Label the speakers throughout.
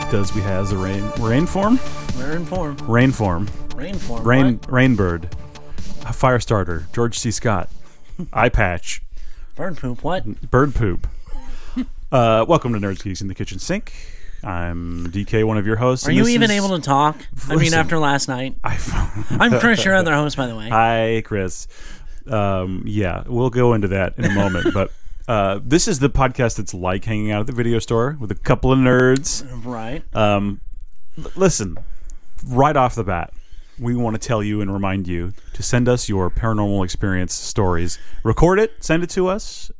Speaker 1: because we has a rain rain form,
Speaker 2: We're in form.
Speaker 1: rain form,
Speaker 2: Rain form.
Speaker 1: rain rain bird, a fire starter, George C. Scott, eye patch,
Speaker 2: What? Burn poop. What?
Speaker 1: bird poop. Uh, welcome to Nerds Geeks in the Kitchen Sink. I'm DK, one of your hosts.
Speaker 2: Are you even able to talk? I mean,
Speaker 1: Listen.
Speaker 2: after last night.
Speaker 1: I,
Speaker 2: I'm Chris, your other host, by the way.
Speaker 1: Hi, Chris. Um, yeah, we'll go into that in a moment, but. Uh, this is the podcast that's like hanging out at the video store with a couple of nerds.
Speaker 2: right.
Speaker 1: Um, l- listen, right off the bat, we want to tell you and remind you to send us your paranormal experience stories. Record it, send it to us,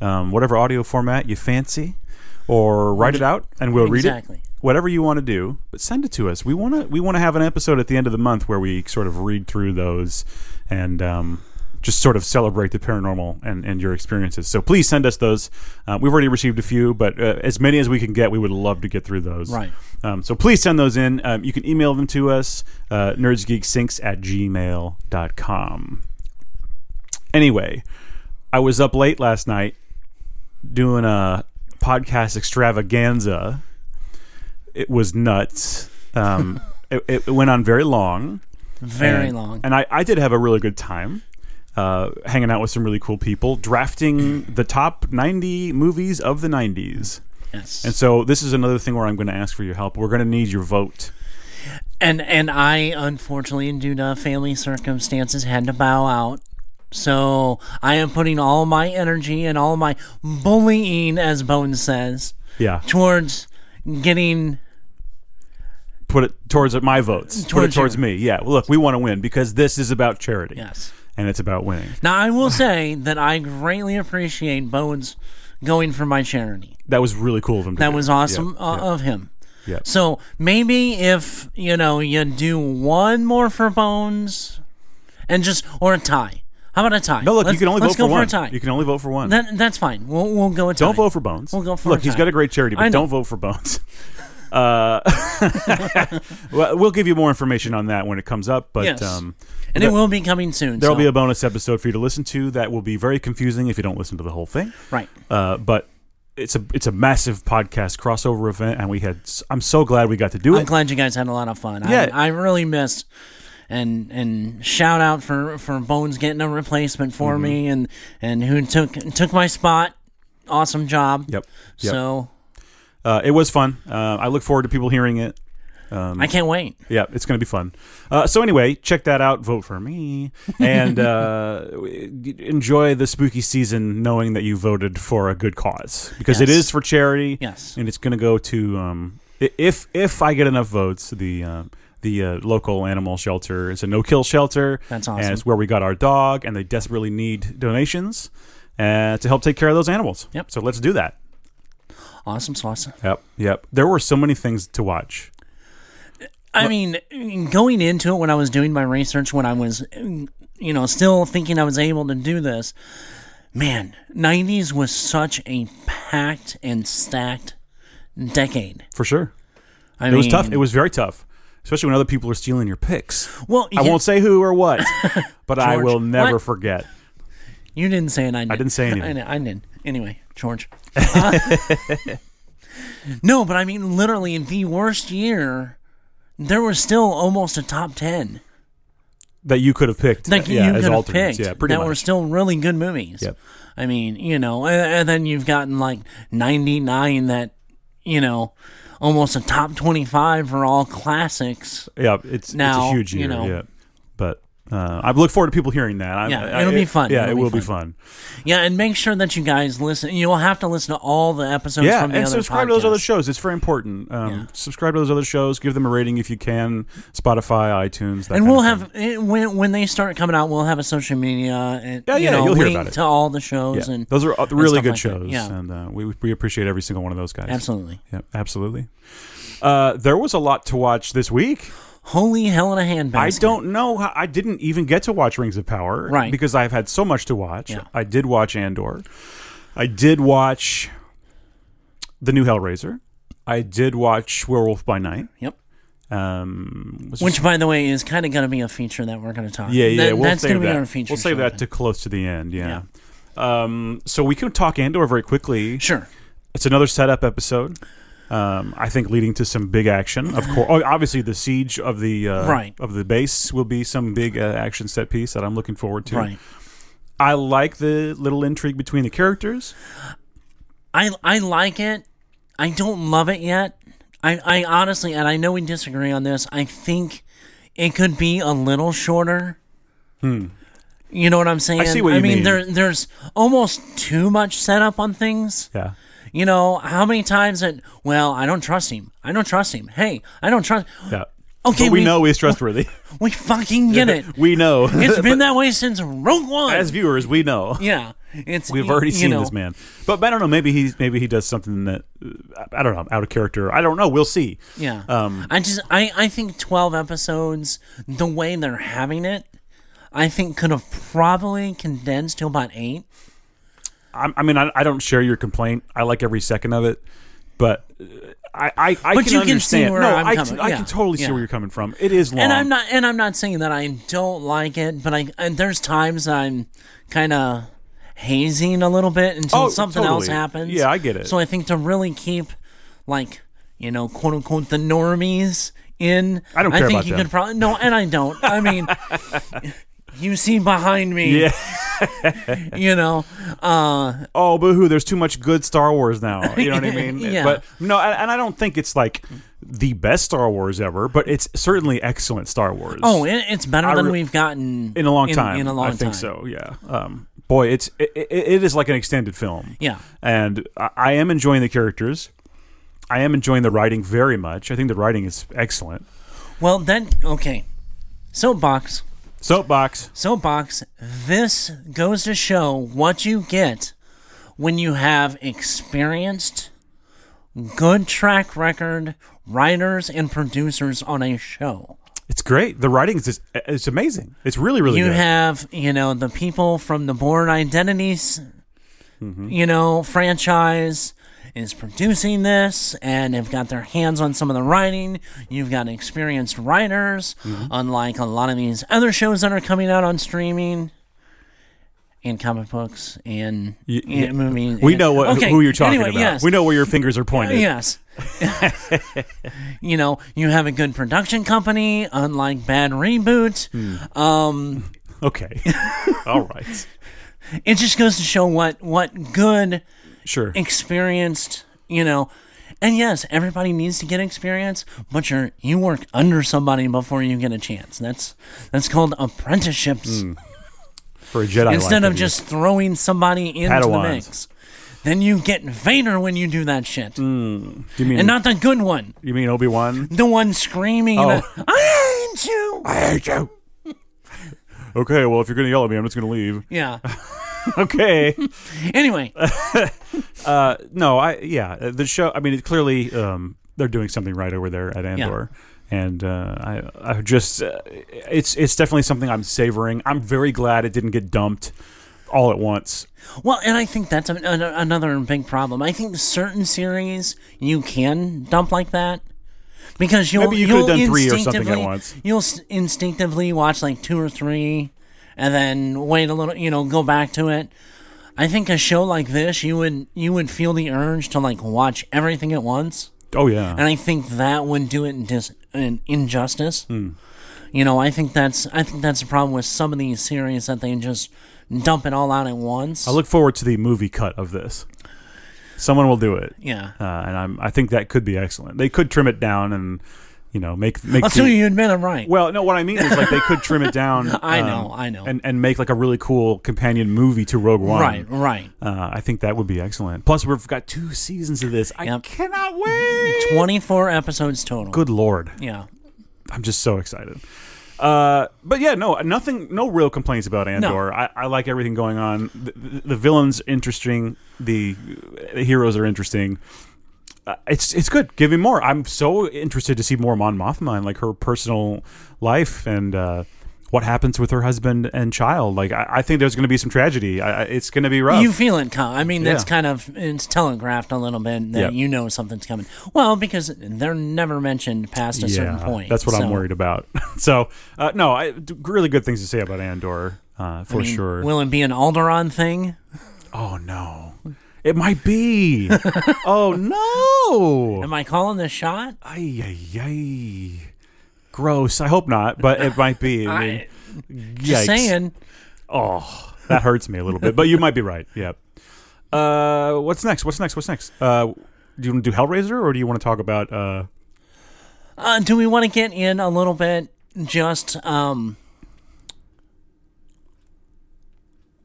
Speaker 1: um, whatever audio format you fancy, or write it out and we'll read
Speaker 2: Exactly.
Speaker 1: it. Whatever you want to do, but send it to us. We want to we want to have an episode at the end of the month where we sort of read through those and um, just sort of celebrate the paranormal and, and your experiences. So please send us those. Uh, we've already received a few, but uh, as many as we can get, we would love to get through those.
Speaker 2: Right.
Speaker 1: Um, so please send those in. Um, you can email them to us, uh, nerdsgeeksinks at gmail.com. Anyway, I was up late last night doing a podcast extravaganza. It was nuts. Um, it, it went on very long.
Speaker 2: Very
Speaker 1: And-
Speaker 2: long.
Speaker 1: And I, I did have a really good time uh, hanging out with some really cool people, drafting the top 90 movies of the 90s.
Speaker 2: yes.
Speaker 1: And so this is another thing where I'm going to ask for your help. We're going to need your vote.
Speaker 2: and and I unfortunately due to family circumstances had to bow out. So I am putting all my energy and all my bullying, as Bones says,
Speaker 1: Yeah.
Speaker 2: towards getting
Speaker 1: Put it towards my votes. Put it
Speaker 2: Towards you.
Speaker 1: towards me. Yeah. Well, look, we want to win because this is about charity.
Speaker 2: yes.
Speaker 1: And it's about winning.
Speaker 2: Now I will say that I greatly appreciate Bones going for my charity.
Speaker 1: That was really cool of him to
Speaker 2: That
Speaker 1: do.
Speaker 2: was awesome
Speaker 1: Yeah,
Speaker 2: uh,
Speaker 1: yeah.
Speaker 2: of him.
Speaker 1: Yeah.
Speaker 2: So maybe if you know you do one more for Bones, and just or a tie. How about a tie?
Speaker 1: No, look,
Speaker 2: let's,
Speaker 1: you can only
Speaker 2: let's
Speaker 1: vote
Speaker 2: go
Speaker 1: for one.
Speaker 2: a tie.
Speaker 1: You can only vote for one.
Speaker 2: That, that's fine. We'll we'll go a tie.
Speaker 1: Don't vote for Bones.
Speaker 2: We'll go for
Speaker 1: Look,
Speaker 2: a
Speaker 1: he's
Speaker 2: tie.
Speaker 1: got a great charity,
Speaker 2: I
Speaker 1: but
Speaker 2: know.
Speaker 1: don't vote for Bones. Uh, well, we'll give you more information on that when it comes up, but
Speaker 2: Yes.
Speaker 1: um,
Speaker 2: and it will be coming soon.
Speaker 1: there'll
Speaker 2: so-
Speaker 1: be a bonus episode for you to listen to that will be very confusing if you don't listen to the whole thing.
Speaker 2: right.
Speaker 1: Uh, but it's a it's a massive podcast crossover event, and we had. s- I'm so glad we got to do
Speaker 2: I'm
Speaker 1: it.
Speaker 2: glad you guys had a lot of fun.
Speaker 1: Yeah.
Speaker 2: I, I really missed. And and shout out for, for Bones getting a replacement for
Speaker 1: Mm-hmm.
Speaker 2: me and and who took took my spot. Awesome job.
Speaker 1: Yep. yep.
Speaker 2: So
Speaker 1: uh, it was fun. Uh, I look forward to people hearing it. Um,
Speaker 2: I can't wait.
Speaker 1: Yeah, it's going to be fun. Uh, so anyway, check that out. Vote for me and uh, enjoy the spooky season, knowing that you voted for a good cause because it
Speaker 2: Yes.
Speaker 1: is for charity.
Speaker 2: Yes.
Speaker 1: and it's going to go to um, i- if if I get enough votes, the uh, the uh, local animal shelter is a no kill shelter.
Speaker 2: That's
Speaker 1: And
Speaker 2: awesome.
Speaker 1: it's where we got our dog, and they desperately need donations uh, to help take care of those animals.
Speaker 2: Yep.
Speaker 1: So let's do that.
Speaker 2: Awesome sauce.
Speaker 1: Yep. Yep. There were so many things to watch.
Speaker 2: I mean, going into it when I was doing my research, when I was, you know, still thinking I was able to do this, man, 90s was such a packed and stacked decade.
Speaker 1: For sure.
Speaker 2: I
Speaker 1: It
Speaker 2: mean,
Speaker 1: was tough. It was very tough, especially when other people are stealing your picks.
Speaker 2: well,
Speaker 1: I
Speaker 2: you,
Speaker 1: won't say who or what, but I
Speaker 2: George,
Speaker 1: will never
Speaker 2: what?
Speaker 1: forget.
Speaker 2: you didn't say it. I, did.
Speaker 1: didn't say anything.
Speaker 2: I, know, I didn't. Anyway, George. no, but I mean, literally, in the worst year, there was still almost a top 10
Speaker 1: That you could have picked.
Speaker 2: that
Speaker 1: yeah,
Speaker 2: you
Speaker 1: as
Speaker 2: could have
Speaker 1: alternates.
Speaker 2: picked
Speaker 1: Yeah, pretty
Speaker 2: that
Speaker 1: much.
Speaker 2: were still really good movies.
Speaker 1: Yep.
Speaker 2: I mean, you know, and, and then you've gotten like 99 that, you know, almost a top 25 are all classics.
Speaker 1: yeah, it's, it's
Speaker 2: Now,
Speaker 1: a huge
Speaker 2: you
Speaker 1: year.
Speaker 2: know.
Speaker 1: yeah. But uh, I look forward to people hearing that. I,
Speaker 2: Yeah,
Speaker 1: I-
Speaker 2: it'll
Speaker 1: I-
Speaker 2: be fun.
Speaker 1: Yeah,
Speaker 2: It'll
Speaker 1: it
Speaker 2: be
Speaker 1: will be
Speaker 2: fun.
Speaker 1: fun.
Speaker 2: Yeah, and make sure that you guys listen. You'll have to listen to all the episodes
Speaker 1: Yeah,
Speaker 2: from the
Speaker 1: and
Speaker 2: other
Speaker 1: subscribe to those other
Speaker 2: podcasts.
Speaker 1: shows. It's very important. Um,
Speaker 2: Yeah.
Speaker 1: Subscribe to those other shows. Give them a rating if you can. Spotify, iTunes. That
Speaker 2: And
Speaker 1: kind
Speaker 2: we'll
Speaker 1: of thing.
Speaker 2: have it, when when they start coming out, we'll have a social media and
Speaker 1: Yeah, yeah,
Speaker 2: you know,
Speaker 1: you'll hear
Speaker 2: link
Speaker 1: about it.
Speaker 2: to all the shows
Speaker 1: Yeah.
Speaker 2: and
Speaker 1: those are uh,
Speaker 2: and
Speaker 1: really
Speaker 2: stuff
Speaker 1: good
Speaker 2: like that.
Speaker 1: shows,
Speaker 2: Yeah,
Speaker 1: and uh, we we appreciate every single one of those guys.
Speaker 2: absolutely.
Speaker 1: Yeah, absolutely. Uh, there was a lot to watch this week.
Speaker 2: Holy hell in a handbasket!
Speaker 1: I don't know. How, I didn't even get to watch Rings of Power,
Speaker 2: Right.
Speaker 1: Because I've had so much to watch.
Speaker 2: Yeah.
Speaker 1: I did watch Andor. I did watch the new Hellraiser. I did watch Werewolf by Night.
Speaker 2: Yep.
Speaker 1: Um, was
Speaker 2: Which, by the way, is kind of going to be a feature that we're going to talk.
Speaker 1: Yeah, yeah.
Speaker 2: That-
Speaker 1: we'll
Speaker 2: that's
Speaker 1: save
Speaker 2: going to be
Speaker 1: that.
Speaker 2: our feature.
Speaker 1: We'll save
Speaker 2: show.
Speaker 1: that to close to the end. Yeah. Um, so we can talk Andor very quickly.
Speaker 2: Sure.
Speaker 1: It's another setup episode. Um, I think leading to some big action. Of course, oh, obviously the siege of the uh,
Speaker 2: Right.
Speaker 1: of the base will be some big uh, action set piece that I'm looking forward to.
Speaker 2: Right.
Speaker 1: I like the little intrigue between the characters.
Speaker 2: I I like it. I don't love it yet. I, I honestly, and I know we disagree on this. I think it could be a little shorter. Hmm. You know what I'm saying?
Speaker 1: see what
Speaker 2: I
Speaker 1: you
Speaker 2: mean,
Speaker 1: mean.
Speaker 2: there there's almost too much setup on things.
Speaker 1: Yeah.
Speaker 2: You know how many times that? Well, I don't trust him. I don't trust him. Hey, I don't trust.
Speaker 1: Yeah.
Speaker 2: Okay,
Speaker 1: But we
Speaker 2: we-
Speaker 1: know he's trustworthy.
Speaker 2: We fucking get it.
Speaker 1: we know.
Speaker 2: It's been that way since Rogue One.
Speaker 1: As viewers, we know.
Speaker 2: yeah, it's
Speaker 1: We've already
Speaker 2: you
Speaker 1: seen
Speaker 2: know,
Speaker 1: this man, but I don't know. Maybe he's maybe he does something that uh, I don't know, out of character. I don't know. We'll see.
Speaker 2: Yeah.
Speaker 1: Um,
Speaker 2: I just I, I think twelve episodes, the way they're having it, I think could have probably condensed to about eight.
Speaker 1: I, I mean, I, I don't share your complaint. I like every second of it, but uh, I I, I
Speaker 2: But
Speaker 1: can
Speaker 2: you can see
Speaker 1: understand.
Speaker 2: where
Speaker 1: no,
Speaker 2: I'm
Speaker 1: I
Speaker 2: coming-
Speaker 1: can, I
Speaker 2: yeah,
Speaker 1: can totally see
Speaker 2: yeah.
Speaker 1: where you're coming from. It is long.
Speaker 2: And I'm not and I'm not saying that I don't like it, but I and there's times I'm kinda hazing a little bit until
Speaker 1: Oh,
Speaker 2: something
Speaker 1: totally.
Speaker 2: else happens.
Speaker 1: Yeah, I get it.
Speaker 2: So I think to really keep like, you know, quote unquote the normies in
Speaker 1: I don't care
Speaker 2: I think
Speaker 1: about
Speaker 2: you
Speaker 1: them.
Speaker 2: could probably no, and I don't. I mean You see behind me,
Speaker 1: Yeah.
Speaker 2: you know. Uh,
Speaker 1: oh, boohoo! There's too much good Star Wars now. You know what I mean?
Speaker 2: Yeah.
Speaker 1: But no, and, and I don't think it's like the best Star Wars ever, but it's certainly excellent Star Wars.
Speaker 2: Oh, it, it's better than
Speaker 1: re-
Speaker 2: we've gotten
Speaker 1: in a long time.
Speaker 2: In, a long
Speaker 1: I think
Speaker 2: time.
Speaker 1: so. Yeah. Um, boy, it's it, it, it is like an extended film.
Speaker 2: Yeah.
Speaker 1: And I, I am enjoying the characters. I am enjoying the writing very much. I think the writing is excellent.
Speaker 2: Well, then, okay. Soapbox.
Speaker 1: Soapbox.
Speaker 2: Soapbox. This goes to show what you get when you have experienced, good track record writers and producers on a show.
Speaker 1: It's great. The writing is just, it's amazing. It's really really
Speaker 2: you
Speaker 1: good.
Speaker 2: have you know the people from the Born Identities, you know franchise is producing this and have got their hands on some of the writing. You've got experienced writers, unlike a lot of these other shows that are coming out on streaming. And comic books and,
Speaker 1: Y-
Speaker 2: and movies.
Speaker 1: we
Speaker 2: and-
Speaker 1: know what,
Speaker 2: Okay,
Speaker 1: who you're talking
Speaker 2: anyway,
Speaker 1: about.
Speaker 2: yes.
Speaker 1: We know where your fingers are pointed.
Speaker 2: Yes. you know, you have a good production company, unlike Bad Reboot. Um,
Speaker 1: Okay. All right.
Speaker 2: it just goes to show what what good
Speaker 1: Sure.
Speaker 2: experienced you know and yes everybody needs to get experience but you're you work under somebody before you get a chance that's that's called apprenticeships
Speaker 1: For a Jedi
Speaker 2: instead
Speaker 1: Hmm, like
Speaker 2: of
Speaker 1: you.
Speaker 2: just throwing somebody into
Speaker 1: Padawans.
Speaker 2: the mix then you get vader when you do that shit
Speaker 1: you mean
Speaker 2: and not the good one
Speaker 1: you mean Obi Wan?
Speaker 2: the one screaming "Ah!"
Speaker 1: Oh.
Speaker 2: i hate you
Speaker 1: I hate you. okay. Well, if you're gonna yell at me, I'm just gonna leave.
Speaker 2: yeah
Speaker 1: Okay.
Speaker 2: anyway
Speaker 1: Uh, no, I yeah, uh, the show. I mean, it clearly um, they're doing something right over there at Andor, and uh, I I just uh, it's it's definitely something I'm savoring. I'm very glad it didn't get dumped all at once.
Speaker 2: Well, and I think that's an, an, another big problem. I think certain series you can dump like that because you'll
Speaker 1: Maybe you
Speaker 2: will
Speaker 1: could've done three or something at once.
Speaker 2: You'll s- instinctively watch like two or three, and then wait a little. You know, go back to it. I think a show like this, you would you would feel the urge to like watch everything at once,
Speaker 1: Oh yeah,
Speaker 2: and I think that would do it in dis- an injustice.
Speaker 1: Hmm.
Speaker 2: You know, I think that's I think that's the problem with some of these series that they just dump it all out at once.
Speaker 1: I look forward to the movie cut of this. Someone will do it,
Speaker 2: yeah.
Speaker 1: uh, and I'm I think that could be excellent. They could trim it down and you know make make
Speaker 2: Until
Speaker 1: the-
Speaker 2: you admit I'm right.
Speaker 1: Well, no, what I mean is like they could trim it down. um,
Speaker 2: I know, I know.
Speaker 1: and and make like a really cool companion movie to Rogue One.
Speaker 2: right, right.
Speaker 1: Uh, I think that would be excellent. Plus, we've got two seasons of this. I
Speaker 2: Yep.
Speaker 1: cannot wait.
Speaker 2: 24 episodes total.
Speaker 1: Good lord,
Speaker 2: Yeah.
Speaker 1: I'm just so excited. Uh, but yeah, no, nothing, no real complaints about Andor. I, I like everything going on. The, the, the villains interesting. The, the heroes are interesting. Uh, it's it's good. Give me more. I'm so interested to see more Mon Mothma and like her personal life and uh, what happens with her husband and child. Like I, I think there's going to be some tragedy. I, I- it's going to be rough.
Speaker 2: You feel it come. I mean, that's
Speaker 1: Yeah.
Speaker 2: kind of it's telegraphed a little bit that
Speaker 1: Yep.
Speaker 2: you know something's coming. Well, because they're never mentioned past a certain point.
Speaker 1: That's what I'm
Speaker 2: so-
Speaker 1: worried about. so, uh, no, I, d- really good things to say about Andor uh, for
Speaker 2: I mean,
Speaker 1: sure.
Speaker 2: Will it be an Alderaan thing?
Speaker 1: oh no, It might be. oh no!
Speaker 2: Am I calling the shot?
Speaker 1: Ay ay ay. Gross. I hope not, but it might be. I mean,
Speaker 2: I, just
Speaker 1: yikes.
Speaker 2: saying.
Speaker 1: Oh, that hurts me a little bit, but you might be right. Yeah. Uh, what's next? What's next? What's next? Uh, do you want to do Hellraiser or do you want to talk about? Uh,
Speaker 2: Uh, do we want to get in a little bit? Just um,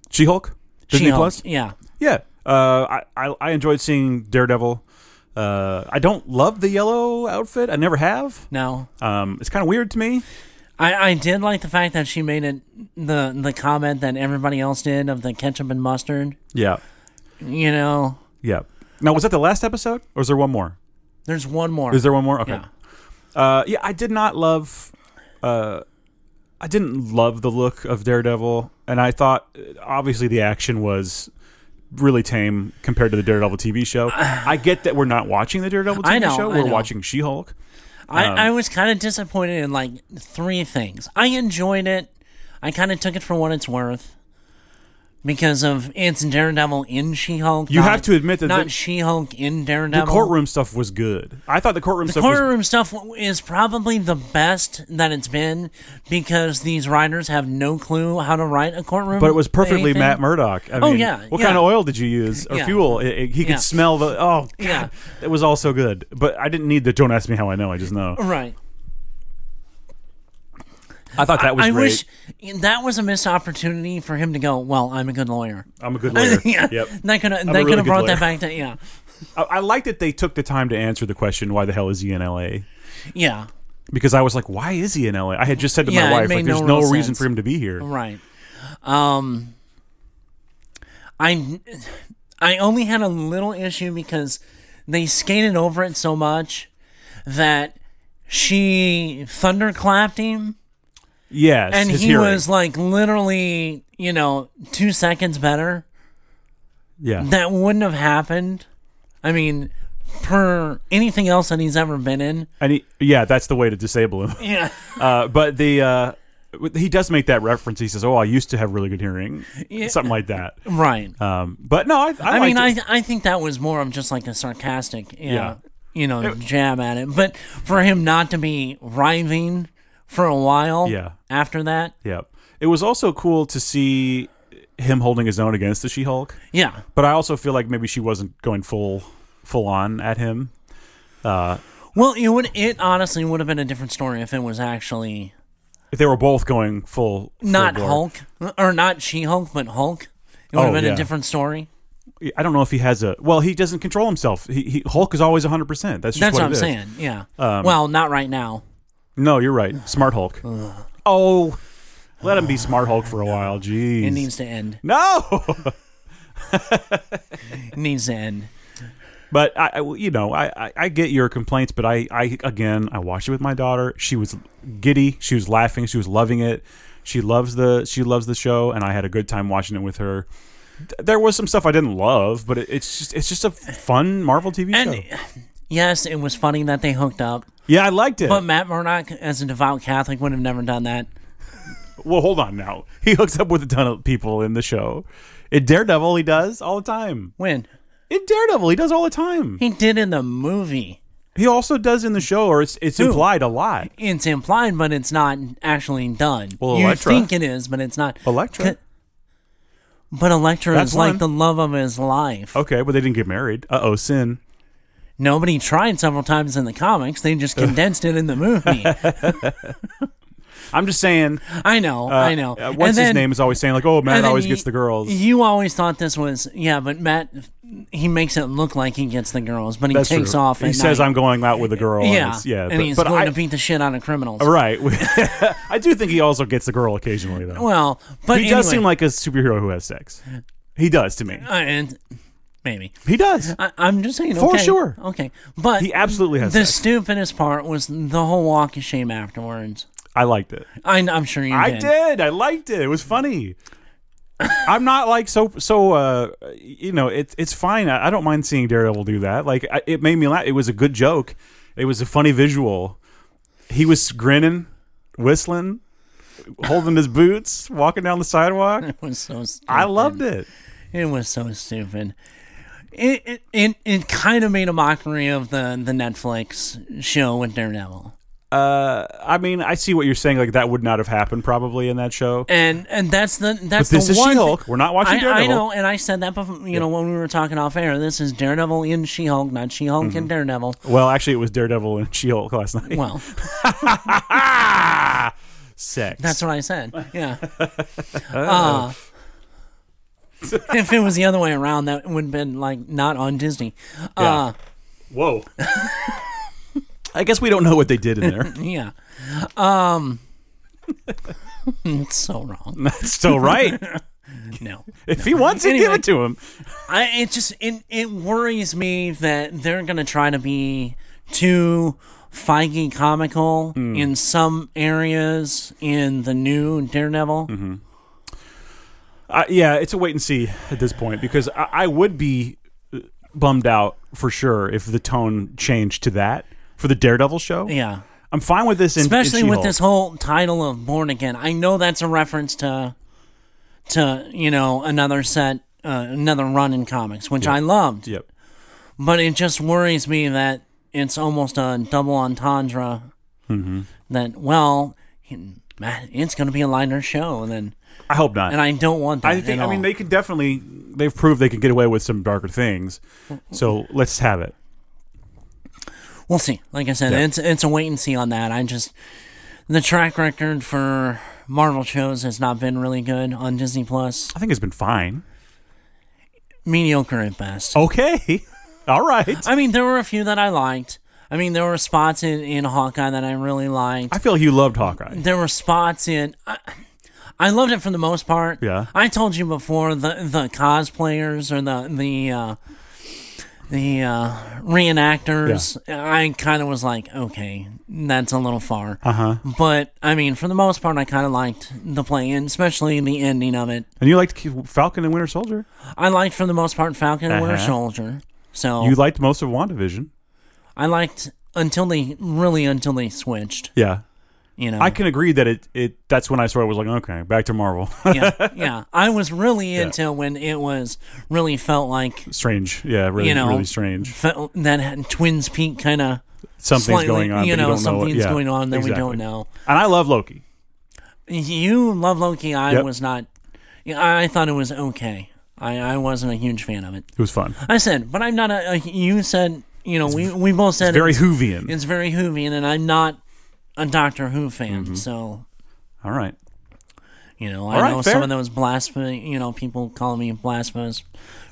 Speaker 1: She Hulk, Disney
Speaker 2: She-Hulk?
Speaker 1: Plus.
Speaker 2: Yeah,
Speaker 1: Yeah, uh, I, I I enjoyed seeing Daredevil. Uh, I don't love the yellow outfit. I never have.
Speaker 2: no.
Speaker 1: Um, it's kind of weird to me.
Speaker 2: I, I did like the fact that she made it the the comment that everybody else did of the ketchup and mustard.
Speaker 1: Yeah,
Speaker 2: You know,
Speaker 1: yeah. Now was that the last episode, or is there one more?
Speaker 2: there's one more.
Speaker 1: Is there one more? Okay.
Speaker 2: Yeah.
Speaker 1: Uh, yeah, I did not love. Uh, I didn't love the look of Daredevil, and I thought uh, obviously the action was really tame compared to the Daredevil TV show. I get that we're not watching the Daredevil TV
Speaker 2: I know,
Speaker 1: show;
Speaker 2: I
Speaker 1: we're
Speaker 2: know.
Speaker 1: watching She-Hulk. um,
Speaker 2: I, I was kind of disappointed in like three things. I enjoyed it. I kind of took it for what it's worth because of it's Daredevil in She Hulk.
Speaker 1: You have to admit that
Speaker 2: not
Speaker 1: the-
Speaker 2: She Hulk in
Speaker 1: The
Speaker 2: Daredevil.
Speaker 1: courtroom stuff was good. I thought the courtroom
Speaker 2: The
Speaker 1: stuff was
Speaker 2: courtroom stuff is probably the best that it's been because these writers have no clue how to write a courtroom.
Speaker 1: But it was perfectly
Speaker 2: anything.
Speaker 1: Matt Murdock. I
Speaker 2: Oh,
Speaker 1: mean,
Speaker 2: yeah,
Speaker 1: What
Speaker 2: yeah.
Speaker 1: kind of oil did you use or
Speaker 2: Yeah.
Speaker 1: fuel? It- it- he could
Speaker 2: Yeah.
Speaker 1: smell the. Oh, God.
Speaker 2: Yeah.
Speaker 1: It was all so good. But I didn't need the. Don't ask me how I know. I just know.
Speaker 2: Right.
Speaker 1: I thought that was
Speaker 2: I
Speaker 1: great.
Speaker 2: wish that was a missed opportunity for him to go. Well, I'm a good lawyer.
Speaker 1: I'm a good lawyer.
Speaker 2: yeah,
Speaker 1: Yep.
Speaker 2: they could have
Speaker 1: a
Speaker 2: they
Speaker 1: really
Speaker 2: could have
Speaker 1: good
Speaker 2: brought
Speaker 1: lawyer.
Speaker 2: that back to yeah,
Speaker 1: I, I like that they took the time to answer the question, why the hell is he in L.A.?
Speaker 2: yeah,
Speaker 1: Because I was like, why is he in L.A.? I had just said to
Speaker 2: Yeah, it
Speaker 1: my wife,
Speaker 2: made
Speaker 1: like,
Speaker 2: no
Speaker 1: there's no,
Speaker 2: real
Speaker 1: reason
Speaker 2: sense.
Speaker 1: for him to be here.
Speaker 2: right. Um, I I only had a little issue because they skated over it so much that she thunderclapped him,
Speaker 1: Yes.
Speaker 2: and
Speaker 1: his
Speaker 2: he
Speaker 1: hearing.
Speaker 2: was like literally you know two seconds better.
Speaker 1: Yeah.
Speaker 2: that wouldn't have happened. I mean, per anything else that he's ever been in.
Speaker 1: and he, yeah, that's the way to disable him.
Speaker 2: Yeah.
Speaker 1: Uh, but the. Uh, he does make that reference. He says, "Oh, I used to have really good hearing," something like that.
Speaker 2: Right.
Speaker 1: Um, but no, I, I,
Speaker 2: I mean,
Speaker 1: liked it.
Speaker 2: I I think that was more of just like a sarcastic, you
Speaker 1: Yeah.
Speaker 2: know, you know, jab at it. But for him not to be writhing for a while
Speaker 1: Yeah.
Speaker 2: after that,
Speaker 1: yeah, it was also cool to see him holding his own against the She-Hulk.
Speaker 2: yeah.
Speaker 1: But I also feel like maybe she wasn't going full full on at him.
Speaker 2: Well, it would it honestly would have been a different story if it was actually
Speaker 1: If they were both going full, full
Speaker 2: not
Speaker 1: bore.
Speaker 2: Hulk or not She Hulk, but Hulk. It would
Speaker 1: Oh,
Speaker 2: have been
Speaker 1: yeah.
Speaker 2: a different story.
Speaker 1: I don't know if he has a. Well, he doesn't control himself. He, he Hulk is always hundred percent. That's just
Speaker 2: That's
Speaker 1: what,
Speaker 2: what,
Speaker 1: it
Speaker 2: I'm
Speaker 1: is. Um,
Speaker 2: saying. Yeah. well, not right now.
Speaker 1: No, you're right. Smart Hulk. oh, let him be Smart Hulk for a while. Jeez.
Speaker 2: It needs to end.
Speaker 1: no.
Speaker 2: It needs to end.
Speaker 1: But I, I- you know, I, I, I get your complaints, but I, I again, I watched it with my daughter. She was giddy. She was laughing. She was loving it. She loves the she loves the show, and I had a good time watching it with her. Th- There was some stuff I didn't love, but it, it's just it's just a fun Marvel TV
Speaker 2: And
Speaker 1: show.
Speaker 2: yes, it was funny that they hooked up,
Speaker 1: Yeah, I liked it.
Speaker 2: but Matt Murdock, as a devout Catholic, would have never done that.
Speaker 1: well, hold on now. He hooks up with a ton of people in the show. In Daredevil, he does all the time.
Speaker 2: When
Speaker 1: In Daredevil, he does all the time.
Speaker 2: he did in the movie,
Speaker 1: He also does in the show, or it's it's implied a lot.
Speaker 2: it's implied, but it's not actually done.
Speaker 1: Well,
Speaker 2: you
Speaker 1: Elektra.
Speaker 2: think it is, but it's not.
Speaker 1: Elektra.
Speaker 2: C- But Electra
Speaker 1: That's
Speaker 2: is like
Speaker 1: one. Oh.
Speaker 2: the love of his life.
Speaker 1: Okay, but they didn't get married. Uh oh, sin.
Speaker 2: Nobody tried several times in the comics. They just condensed it in the movie.
Speaker 1: I'm just saying.
Speaker 2: I know, I know.
Speaker 1: Uh,
Speaker 2: And
Speaker 1: what's his
Speaker 2: then-
Speaker 1: name is always saying like, "Oh, Matt
Speaker 2: and then
Speaker 1: always
Speaker 2: you-
Speaker 1: gets the girls."
Speaker 2: You always thought this was yeah, but Matt, he makes it look like he gets the girls, but he
Speaker 1: That's
Speaker 2: takes
Speaker 1: true.
Speaker 2: off.
Speaker 1: He
Speaker 2: at
Speaker 1: says,
Speaker 2: night.
Speaker 1: "I'm going out with a girl." and
Speaker 2: Yeah,
Speaker 1: it's- yeah.
Speaker 2: and
Speaker 1: but,
Speaker 2: he's
Speaker 1: but
Speaker 2: going
Speaker 1: I,
Speaker 2: to beat the shit out of criminals.
Speaker 1: right. I do think he also gets the girl occasionally, though.
Speaker 2: Well, but
Speaker 1: he does
Speaker 2: anyway,
Speaker 1: seem like a superhero who has sex. He does to me.
Speaker 2: uh, and maybe
Speaker 1: He does.
Speaker 2: I, I'm just saying
Speaker 1: For
Speaker 2: okay,
Speaker 1: sure.
Speaker 2: Okay, but
Speaker 1: He absolutely has
Speaker 2: the
Speaker 1: sex.
Speaker 2: stupidest part was the whole walk of shame afterwards.
Speaker 1: I liked it.
Speaker 2: I, I'm sure you
Speaker 1: I
Speaker 2: did.
Speaker 1: did. I liked it. It was funny. I'm not like so so. Uh, you know, it's it's fine. I, I don't mind seeing Daredevil do that. Like I, it made me laugh. It was a good joke. It was a funny visual. He was grinning, whistling, holding his boots, walking down the sidewalk.
Speaker 2: It was so. Stupid.
Speaker 1: I loved it.
Speaker 2: It was so stupid. It, it, it, it kind of made a mockery of the, the Netflix show with Daredevil.
Speaker 1: Uh, I mean, I see what you're saying. Like that would not have happened probably in that show.
Speaker 2: and and that's the
Speaker 1: But
Speaker 2: that's
Speaker 1: this
Speaker 2: the
Speaker 1: is
Speaker 2: one
Speaker 1: She-Hulk.
Speaker 2: thi-
Speaker 1: We're not watching
Speaker 2: I, I
Speaker 1: Daredevil.
Speaker 2: know, and I said that before. You know, when we were talking off air, this is Daredevil in She-Hulk, not She-Hulk
Speaker 1: Mm-hmm.
Speaker 2: and Daredevil.
Speaker 1: Well, actually, it was Daredevil and She Hulk last night.
Speaker 2: Well,
Speaker 1: ah, sex.
Speaker 2: that's what I said. Yeah. Uh, if it was the other way around, that would have been like not on Disney. Uh,
Speaker 1: Whoa. I guess we don't know what they did in there.
Speaker 2: yeah. Um, it's so wrong.
Speaker 1: That's still right.
Speaker 2: No.
Speaker 1: If he wants it, give
Speaker 2: Anyway.
Speaker 1: it to him.
Speaker 2: I it just it it worries me that they're gonna try to be too Feige comical in some areas in the new Daredevil.
Speaker 1: Uh, yeah, it's a wait and see at this point because I, I would be uh, bummed out for sure if the tone changed to that for the Daredevil show.
Speaker 2: Yeah,
Speaker 1: I'm fine with this, in, in
Speaker 2: especially with
Speaker 1: She-Hulk.
Speaker 2: this whole title of Born Again. I know that's a reference to to you know another set, uh, another run in comics, which I loved.
Speaker 1: Yep.
Speaker 2: But it just worries me that it's almost a double entendre.
Speaker 1: Mm-hmm.
Speaker 2: That well, man, it's going to be a liner show, and then
Speaker 1: I hope not.
Speaker 2: and I don't want that.
Speaker 1: I think.
Speaker 2: at
Speaker 1: I mean,
Speaker 2: all.
Speaker 1: they could definitely. They've proved they can get away with some darker things. So let's have it.
Speaker 2: we'll see. Like I said,
Speaker 1: Yeah.
Speaker 2: it's it's a wait and see on that. I just the track record for Marvel shows has not been really good on Disney Plus.
Speaker 1: I think it's been fine.
Speaker 2: Mediocre at best.
Speaker 1: Okay. All right.
Speaker 2: I mean, there were a few that I liked. I mean, there were spots in, in Hawkeye that I really liked.
Speaker 1: I feel you loved Hawkeye.
Speaker 2: there were spots in. I, I loved it for the most part.
Speaker 1: Yeah.
Speaker 2: I told you before the the cosplayers or the the uh, the uh, reenactors. I kind of was like, okay, that's a little far. Uh
Speaker 1: Uh-huh.
Speaker 2: huh. But I mean, for the most part, I kind of liked the play, and especially the ending of it.
Speaker 1: And you liked Falcon and Winter Soldier.
Speaker 2: I liked for the most part Falcon and Winter
Speaker 1: Uh-huh.
Speaker 2: Soldier. So
Speaker 1: You liked most of WandaVision.
Speaker 2: I liked until they really until they switched.
Speaker 1: Yeah.
Speaker 2: You know,
Speaker 1: I can agree that it, it that's when I sort of was like, okay, back to Marvel.
Speaker 2: yeah, yeah. I was really into when it was really felt like
Speaker 1: strange. Yeah, really
Speaker 2: you know
Speaker 1: really strange.
Speaker 2: felt that had Twins Peak kind of
Speaker 1: Something's
Speaker 2: slightly,
Speaker 1: going on.
Speaker 2: You
Speaker 1: but
Speaker 2: know,
Speaker 1: don't know what-
Speaker 2: something's
Speaker 1: yeah,
Speaker 2: going on that we
Speaker 1: exactly.
Speaker 2: don't know.
Speaker 1: And I love Loki.
Speaker 2: You love Loki. I
Speaker 1: Yep.
Speaker 2: was not. yeah, I I thought it was okay. I, I wasn't a huge fan of it.
Speaker 1: It was fun.
Speaker 2: I said, but I'm not a. a you said, you know, we we both said
Speaker 1: Very
Speaker 2: it's,
Speaker 1: Hoovian.
Speaker 2: it's very Whovian, and I'm not a Doctor Who fan.
Speaker 1: Mm-hmm.
Speaker 2: So
Speaker 1: All right.
Speaker 2: you know,
Speaker 1: All
Speaker 2: I
Speaker 1: right,
Speaker 2: know
Speaker 1: fair.
Speaker 2: some of those blasphemy. You know, people call me blasphemous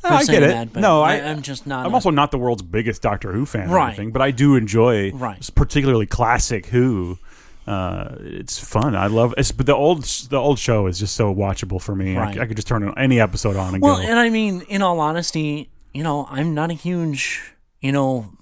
Speaker 2: for
Speaker 1: I
Speaker 2: saying
Speaker 1: get it.
Speaker 2: that. But
Speaker 1: No, I-
Speaker 2: am just not.
Speaker 1: I'm
Speaker 2: a-
Speaker 1: also not the world's biggest Doctor Who fan or
Speaker 2: Right.
Speaker 1: anything, but I do enjoy
Speaker 2: Right.
Speaker 1: particularly classic Who. Uh, it's fun. I love it's but the old the old show is just so watchable for me. I-
Speaker 2: Right.
Speaker 1: I, could just turn on any episode on and
Speaker 2: Well,
Speaker 1: go.
Speaker 2: and I mean, in all honesty, you know, I'm not a huge, you know,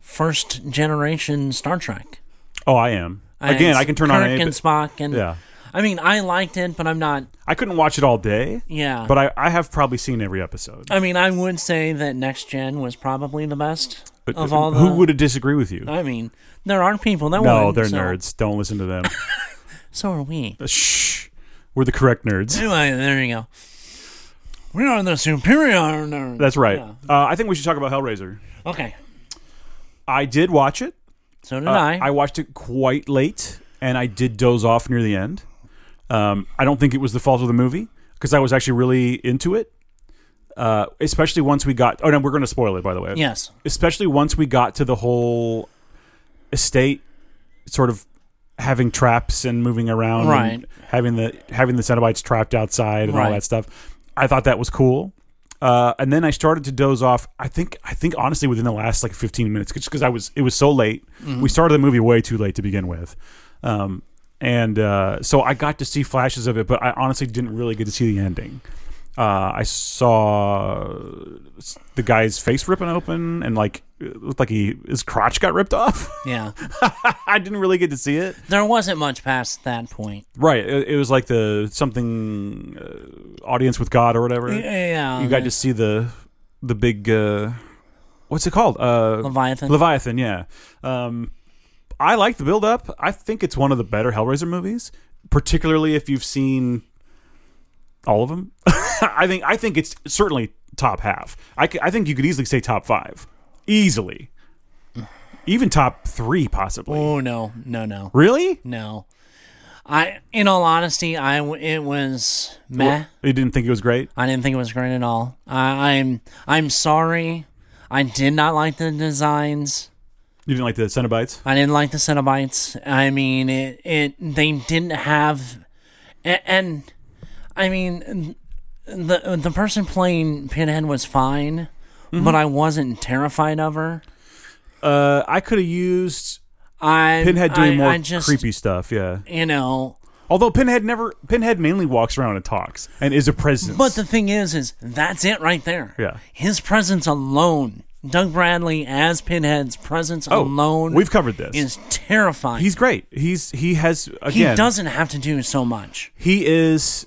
Speaker 2: first generation Star Trek.
Speaker 1: oh, I am. Again,
Speaker 2: It's
Speaker 1: I can turn on
Speaker 2: Kirk
Speaker 1: any
Speaker 2: and Spock, and
Speaker 1: Yeah.
Speaker 2: I mean, I liked it, but I'm not.
Speaker 1: I couldn't watch it all day,
Speaker 2: Yeah,
Speaker 1: but I, I have probably seen every episode.
Speaker 2: I mean, I would say that Next Gen was probably the best
Speaker 1: But uh,
Speaker 2: of all. The,
Speaker 1: who would disagree with you?
Speaker 2: I mean, there are people that
Speaker 1: no,
Speaker 2: would,
Speaker 1: they're
Speaker 2: so-
Speaker 1: nerds. Don't listen to them.
Speaker 2: So are we.
Speaker 1: Shh. We're the correct nerds.
Speaker 2: Anyway, there you go. We are the superior nerds.
Speaker 1: That's right.
Speaker 2: Yeah.
Speaker 1: Uh, I think we should talk about Hellraiser.
Speaker 2: Okay,
Speaker 1: I did watch it.
Speaker 2: so did
Speaker 1: Uh,
Speaker 2: I.
Speaker 1: watched it quite late, and I did doze off near the end. Um, I don't think it was the fault of the movie because I was actually really into it. Uh, especially once we got. Oh no, we're going to spoil it, by the way.
Speaker 2: Yes.
Speaker 1: Especially once we got to the whole estate, sort of having traps and moving around, and
Speaker 2: Right.
Speaker 1: having the having the Cenobites trapped outside and all
Speaker 2: Right.
Speaker 1: that stuff. I thought that was cool. Uh, and then I started to doze off. I think I think honestly within the last like 15 minutes, just because I was it was so late. We started the movie way too late to begin with, um, and uh, so I got to see flashes of it, but I honestly didn't really get to see the ending. Uh, I saw the guy's face ripping open, and like it looked like he his crotch got ripped off.
Speaker 2: Yeah.
Speaker 1: I didn't really get to see it.
Speaker 2: There wasn't much past that point.
Speaker 1: Right, it, it was like the something uh, audience with God or whatever.
Speaker 2: Yeah.
Speaker 1: you got to see the the big uh, what's it called uh,
Speaker 2: Leviathan.
Speaker 1: Leviathan, yeah. Um, I like the build up. I think it's one of the better Hellraiser movies, particularly if you've seen all of them. I think I think it's certainly top half. I, c- I think you could easily say top five, easily, even top three possibly.
Speaker 2: Oh no, no, no,
Speaker 1: Really?
Speaker 2: no. I, in all honesty, I w- it was meh.
Speaker 1: You didn't think it was great?
Speaker 2: I didn't think it was great at all. I, I'm I'm sorry. I did not like the designs.
Speaker 1: You didn't like the Cenobites?
Speaker 2: I didn't like the Cenobites. I mean, it it they didn't have, and, and I mean, the the person playing Pinhead was fine,
Speaker 1: Mm-hmm.
Speaker 2: but I wasn't terrified of her.
Speaker 1: Uh, I could have used
Speaker 2: I
Speaker 1: Pinhead doing
Speaker 2: I-
Speaker 1: more
Speaker 2: I just,
Speaker 1: creepy stuff. Yeah.
Speaker 2: you know.
Speaker 1: Although Pinhead never, Pinhead mainly walks around and talks and is a presence.
Speaker 2: But the thing is, is that's it right there.
Speaker 1: Yeah.
Speaker 2: his presence alone, Doug Bradley as Pinhead's presence
Speaker 1: oh,
Speaker 2: alone,
Speaker 1: we've covered this.
Speaker 2: is terrifying.
Speaker 1: He's great. He's he has
Speaker 2: he
Speaker 1: again.
Speaker 2: doesn't have to do so much,
Speaker 1: he is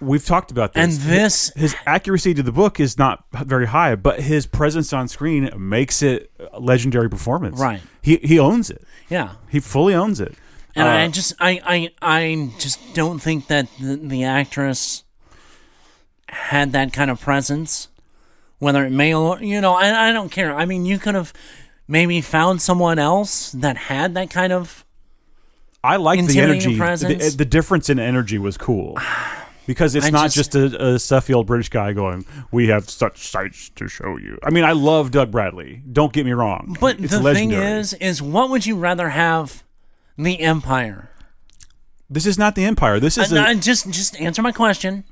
Speaker 1: we've talked about this
Speaker 2: and this
Speaker 1: his accuracy to the book is not very high but his presence on screen makes it a legendary performance
Speaker 2: Right.
Speaker 1: he he owns it
Speaker 2: yeah.
Speaker 1: he fully owns it
Speaker 2: and
Speaker 1: Uh,
Speaker 2: I just I, I I just don't think that the, the actress had that kind of presence, whether it male or you know I I don't care. I mean, you could have maybe found someone else that had that kind of
Speaker 1: i like the
Speaker 2: intimidating
Speaker 1: energy the,
Speaker 2: presence.
Speaker 1: the difference in energy was cool because it's
Speaker 2: I
Speaker 1: not just,
Speaker 2: just-
Speaker 1: a, a stuffy old british guy going we have such sights to show you i mean i love doug bradley don't get me wrong
Speaker 2: But
Speaker 1: it's
Speaker 2: the
Speaker 1: legendary.
Speaker 2: thing is, is what would you rather have? The Empire.
Speaker 1: this is not the empire this is
Speaker 2: I-
Speaker 1: a-
Speaker 2: I- just just answer my question.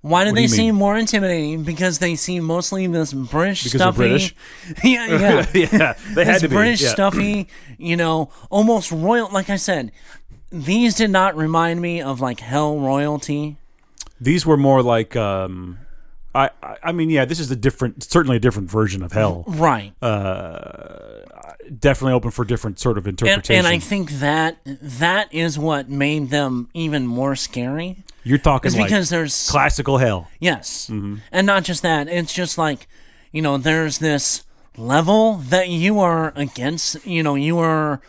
Speaker 2: Why did
Speaker 1: do
Speaker 2: they
Speaker 1: you
Speaker 2: seem
Speaker 1: mean?
Speaker 2: more intimidating? Because they seem mostly this British
Speaker 1: Because they're
Speaker 2: stuffy.
Speaker 1: British?
Speaker 2: yeah, yeah.
Speaker 1: yeah they had
Speaker 2: this
Speaker 1: to be
Speaker 2: British
Speaker 1: yeah.
Speaker 2: stuffy, you know, almost royal. Like I said, these did not remind me of like hell royalty.
Speaker 1: These were more like, um, I, I, I mean, yeah, this is a different, certainly a different version of hell. Uh,
Speaker 2: Right.
Speaker 1: Definitely open for different sort of
Speaker 2: Mm-hmm. and,
Speaker 1: interpretation.
Speaker 2: and I think that that is what made them even more scary.
Speaker 1: You're talking
Speaker 2: Is
Speaker 1: like mm-hmm.
Speaker 2: because there's
Speaker 1: classical hell.
Speaker 2: Yes. And not just that, it's just like, you know, there's this level that you are against, you know, you are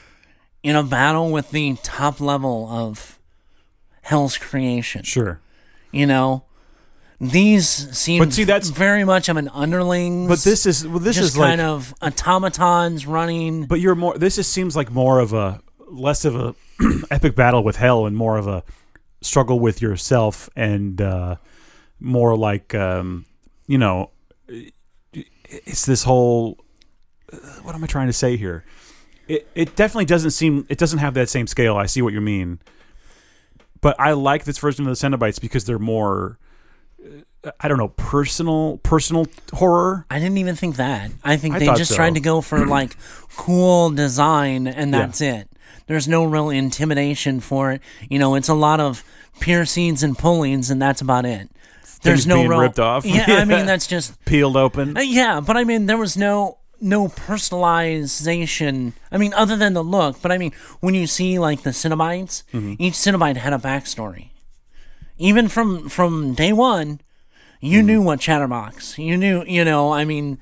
Speaker 2: in a battle with the top level of hell's creation,
Speaker 1: Sure,
Speaker 2: you know. These seem
Speaker 1: But see, that's-
Speaker 2: very much of an underling.
Speaker 1: but this is well, this
Speaker 2: just
Speaker 1: is like,
Speaker 2: kind of automatons running.
Speaker 1: but you're more. This is, seems like more of a less of a epic battle with hell and more of a struggle with yourself and uh, more like, um, you know, it's this whole. uh, What am I trying to say here? it, it definitely doesn't seem it doesn't have that same scale. I see what you mean, but I like this version of the Cenobites because they're more uh, I don't know personal personal horror.
Speaker 2: I didn't even think that. I think
Speaker 1: I
Speaker 2: they
Speaker 1: thought
Speaker 2: just
Speaker 1: so.
Speaker 2: tried to go for like cool design and that's it. There's no real intimidation for it. You know, it's a lot of piercings and pullings and that's about it. There's
Speaker 1: Things
Speaker 2: no
Speaker 1: being
Speaker 2: real
Speaker 1: ripped off.
Speaker 2: Yeah,
Speaker 1: Yeah.
Speaker 2: I mean that's just
Speaker 1: Peeled open,
Speaker 2: uh, yeah, but I mean there was no no personalization. I mean other than the look, but I mean when you see like the Cenobites,
Speaker 1: Mm-hmm.
Speaker 2: each Cenobite had a backstory. Even from from day 1, you
Speaker 1: Mm-hmm.
Speaker 2: knew what Chatterbox. You knew, you know, I mean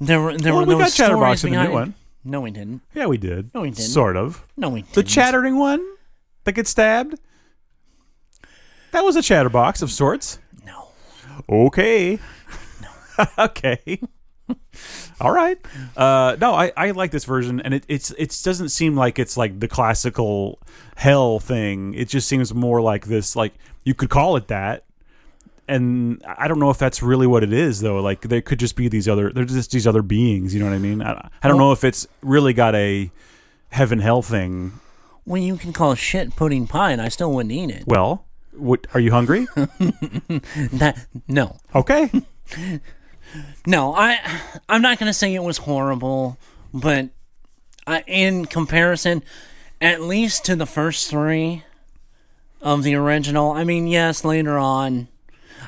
Speaker 2: there were there
Speaker 1: Well, we
Speaker 2: were those
Speaker 1: got Chatterbox
Speaker 2: stories
Speaker 1: in the new
Speaker 2: behind-
Speaker 1: one.
Speaker 2: No, we didn't.
Speaker 1: yeah, we did.
Speaker 2: No, we didn't.
Speaker 1: Sort of
Speaker 2: No, we didn't.
Speaker 1: the chattering one that gets stabbed. That was a chatterbox of sorts.
Speaker 2: No.
Speaker 1: Okay. okay. All right. Uh, no, I, I like this version, and it it's it doesn't seem like it's like the classical hell thing. It just seems more like this. Like you could call it that, and I don't know if that's really what it is though. Like there could just be these other there's just these other beings. You know what I mean? I, I don't know if it's really got a heaven hell thing.
Speaker 2: Well, you can call shit pudding pie and I still wouldn't eat it.
Speaker 1: Well, what are you hungry?
Speaker 2: That no.
Speaker 1: okay.
Speaker 2: No, I I'm not gonna say it was horrible, but I, in comparison, at least to the first three of the original. I mean, yes, later on,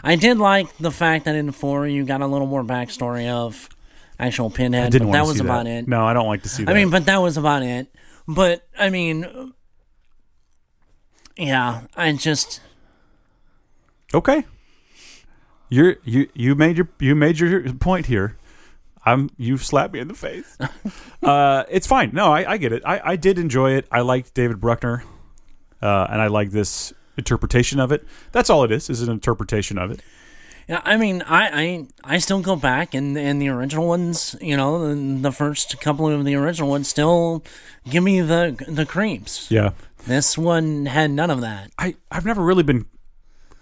Speaker 2: I did like the fact that in four you got a little more backstory of actual Pinhead,
Speaker 1: Didn't
Speaker 2: but
Speaker 1: want
Speaker 2: that
Speaker 1: to
Speaker 2: was
Speaker 1: see
Speaker 2: about
Speaker 1: that.
Speaker 2: it.
Speaker 1: No, I don't like to see that.
Speaker 2: I mean, but that was about it. But I mean, yeah, I just
Speaker 1: Okay. You're you you made your you made your point here. I'm you slapped me in the face. uh, it's fine. No, I, I get it. I, I did enjoy it. I liked David Bruckner, uh, and I like this interpretation of it. That's all it is. Is an interpretation of it.
Speaker 2: Yeah, I mean, I, I I still go back and and the original ones, you know, and the first couple of the original ones still give me the the creeps.
Speaker 1: Yeah.
Speaker 2: This one had none of that.
Speaker 1: I, I've never really been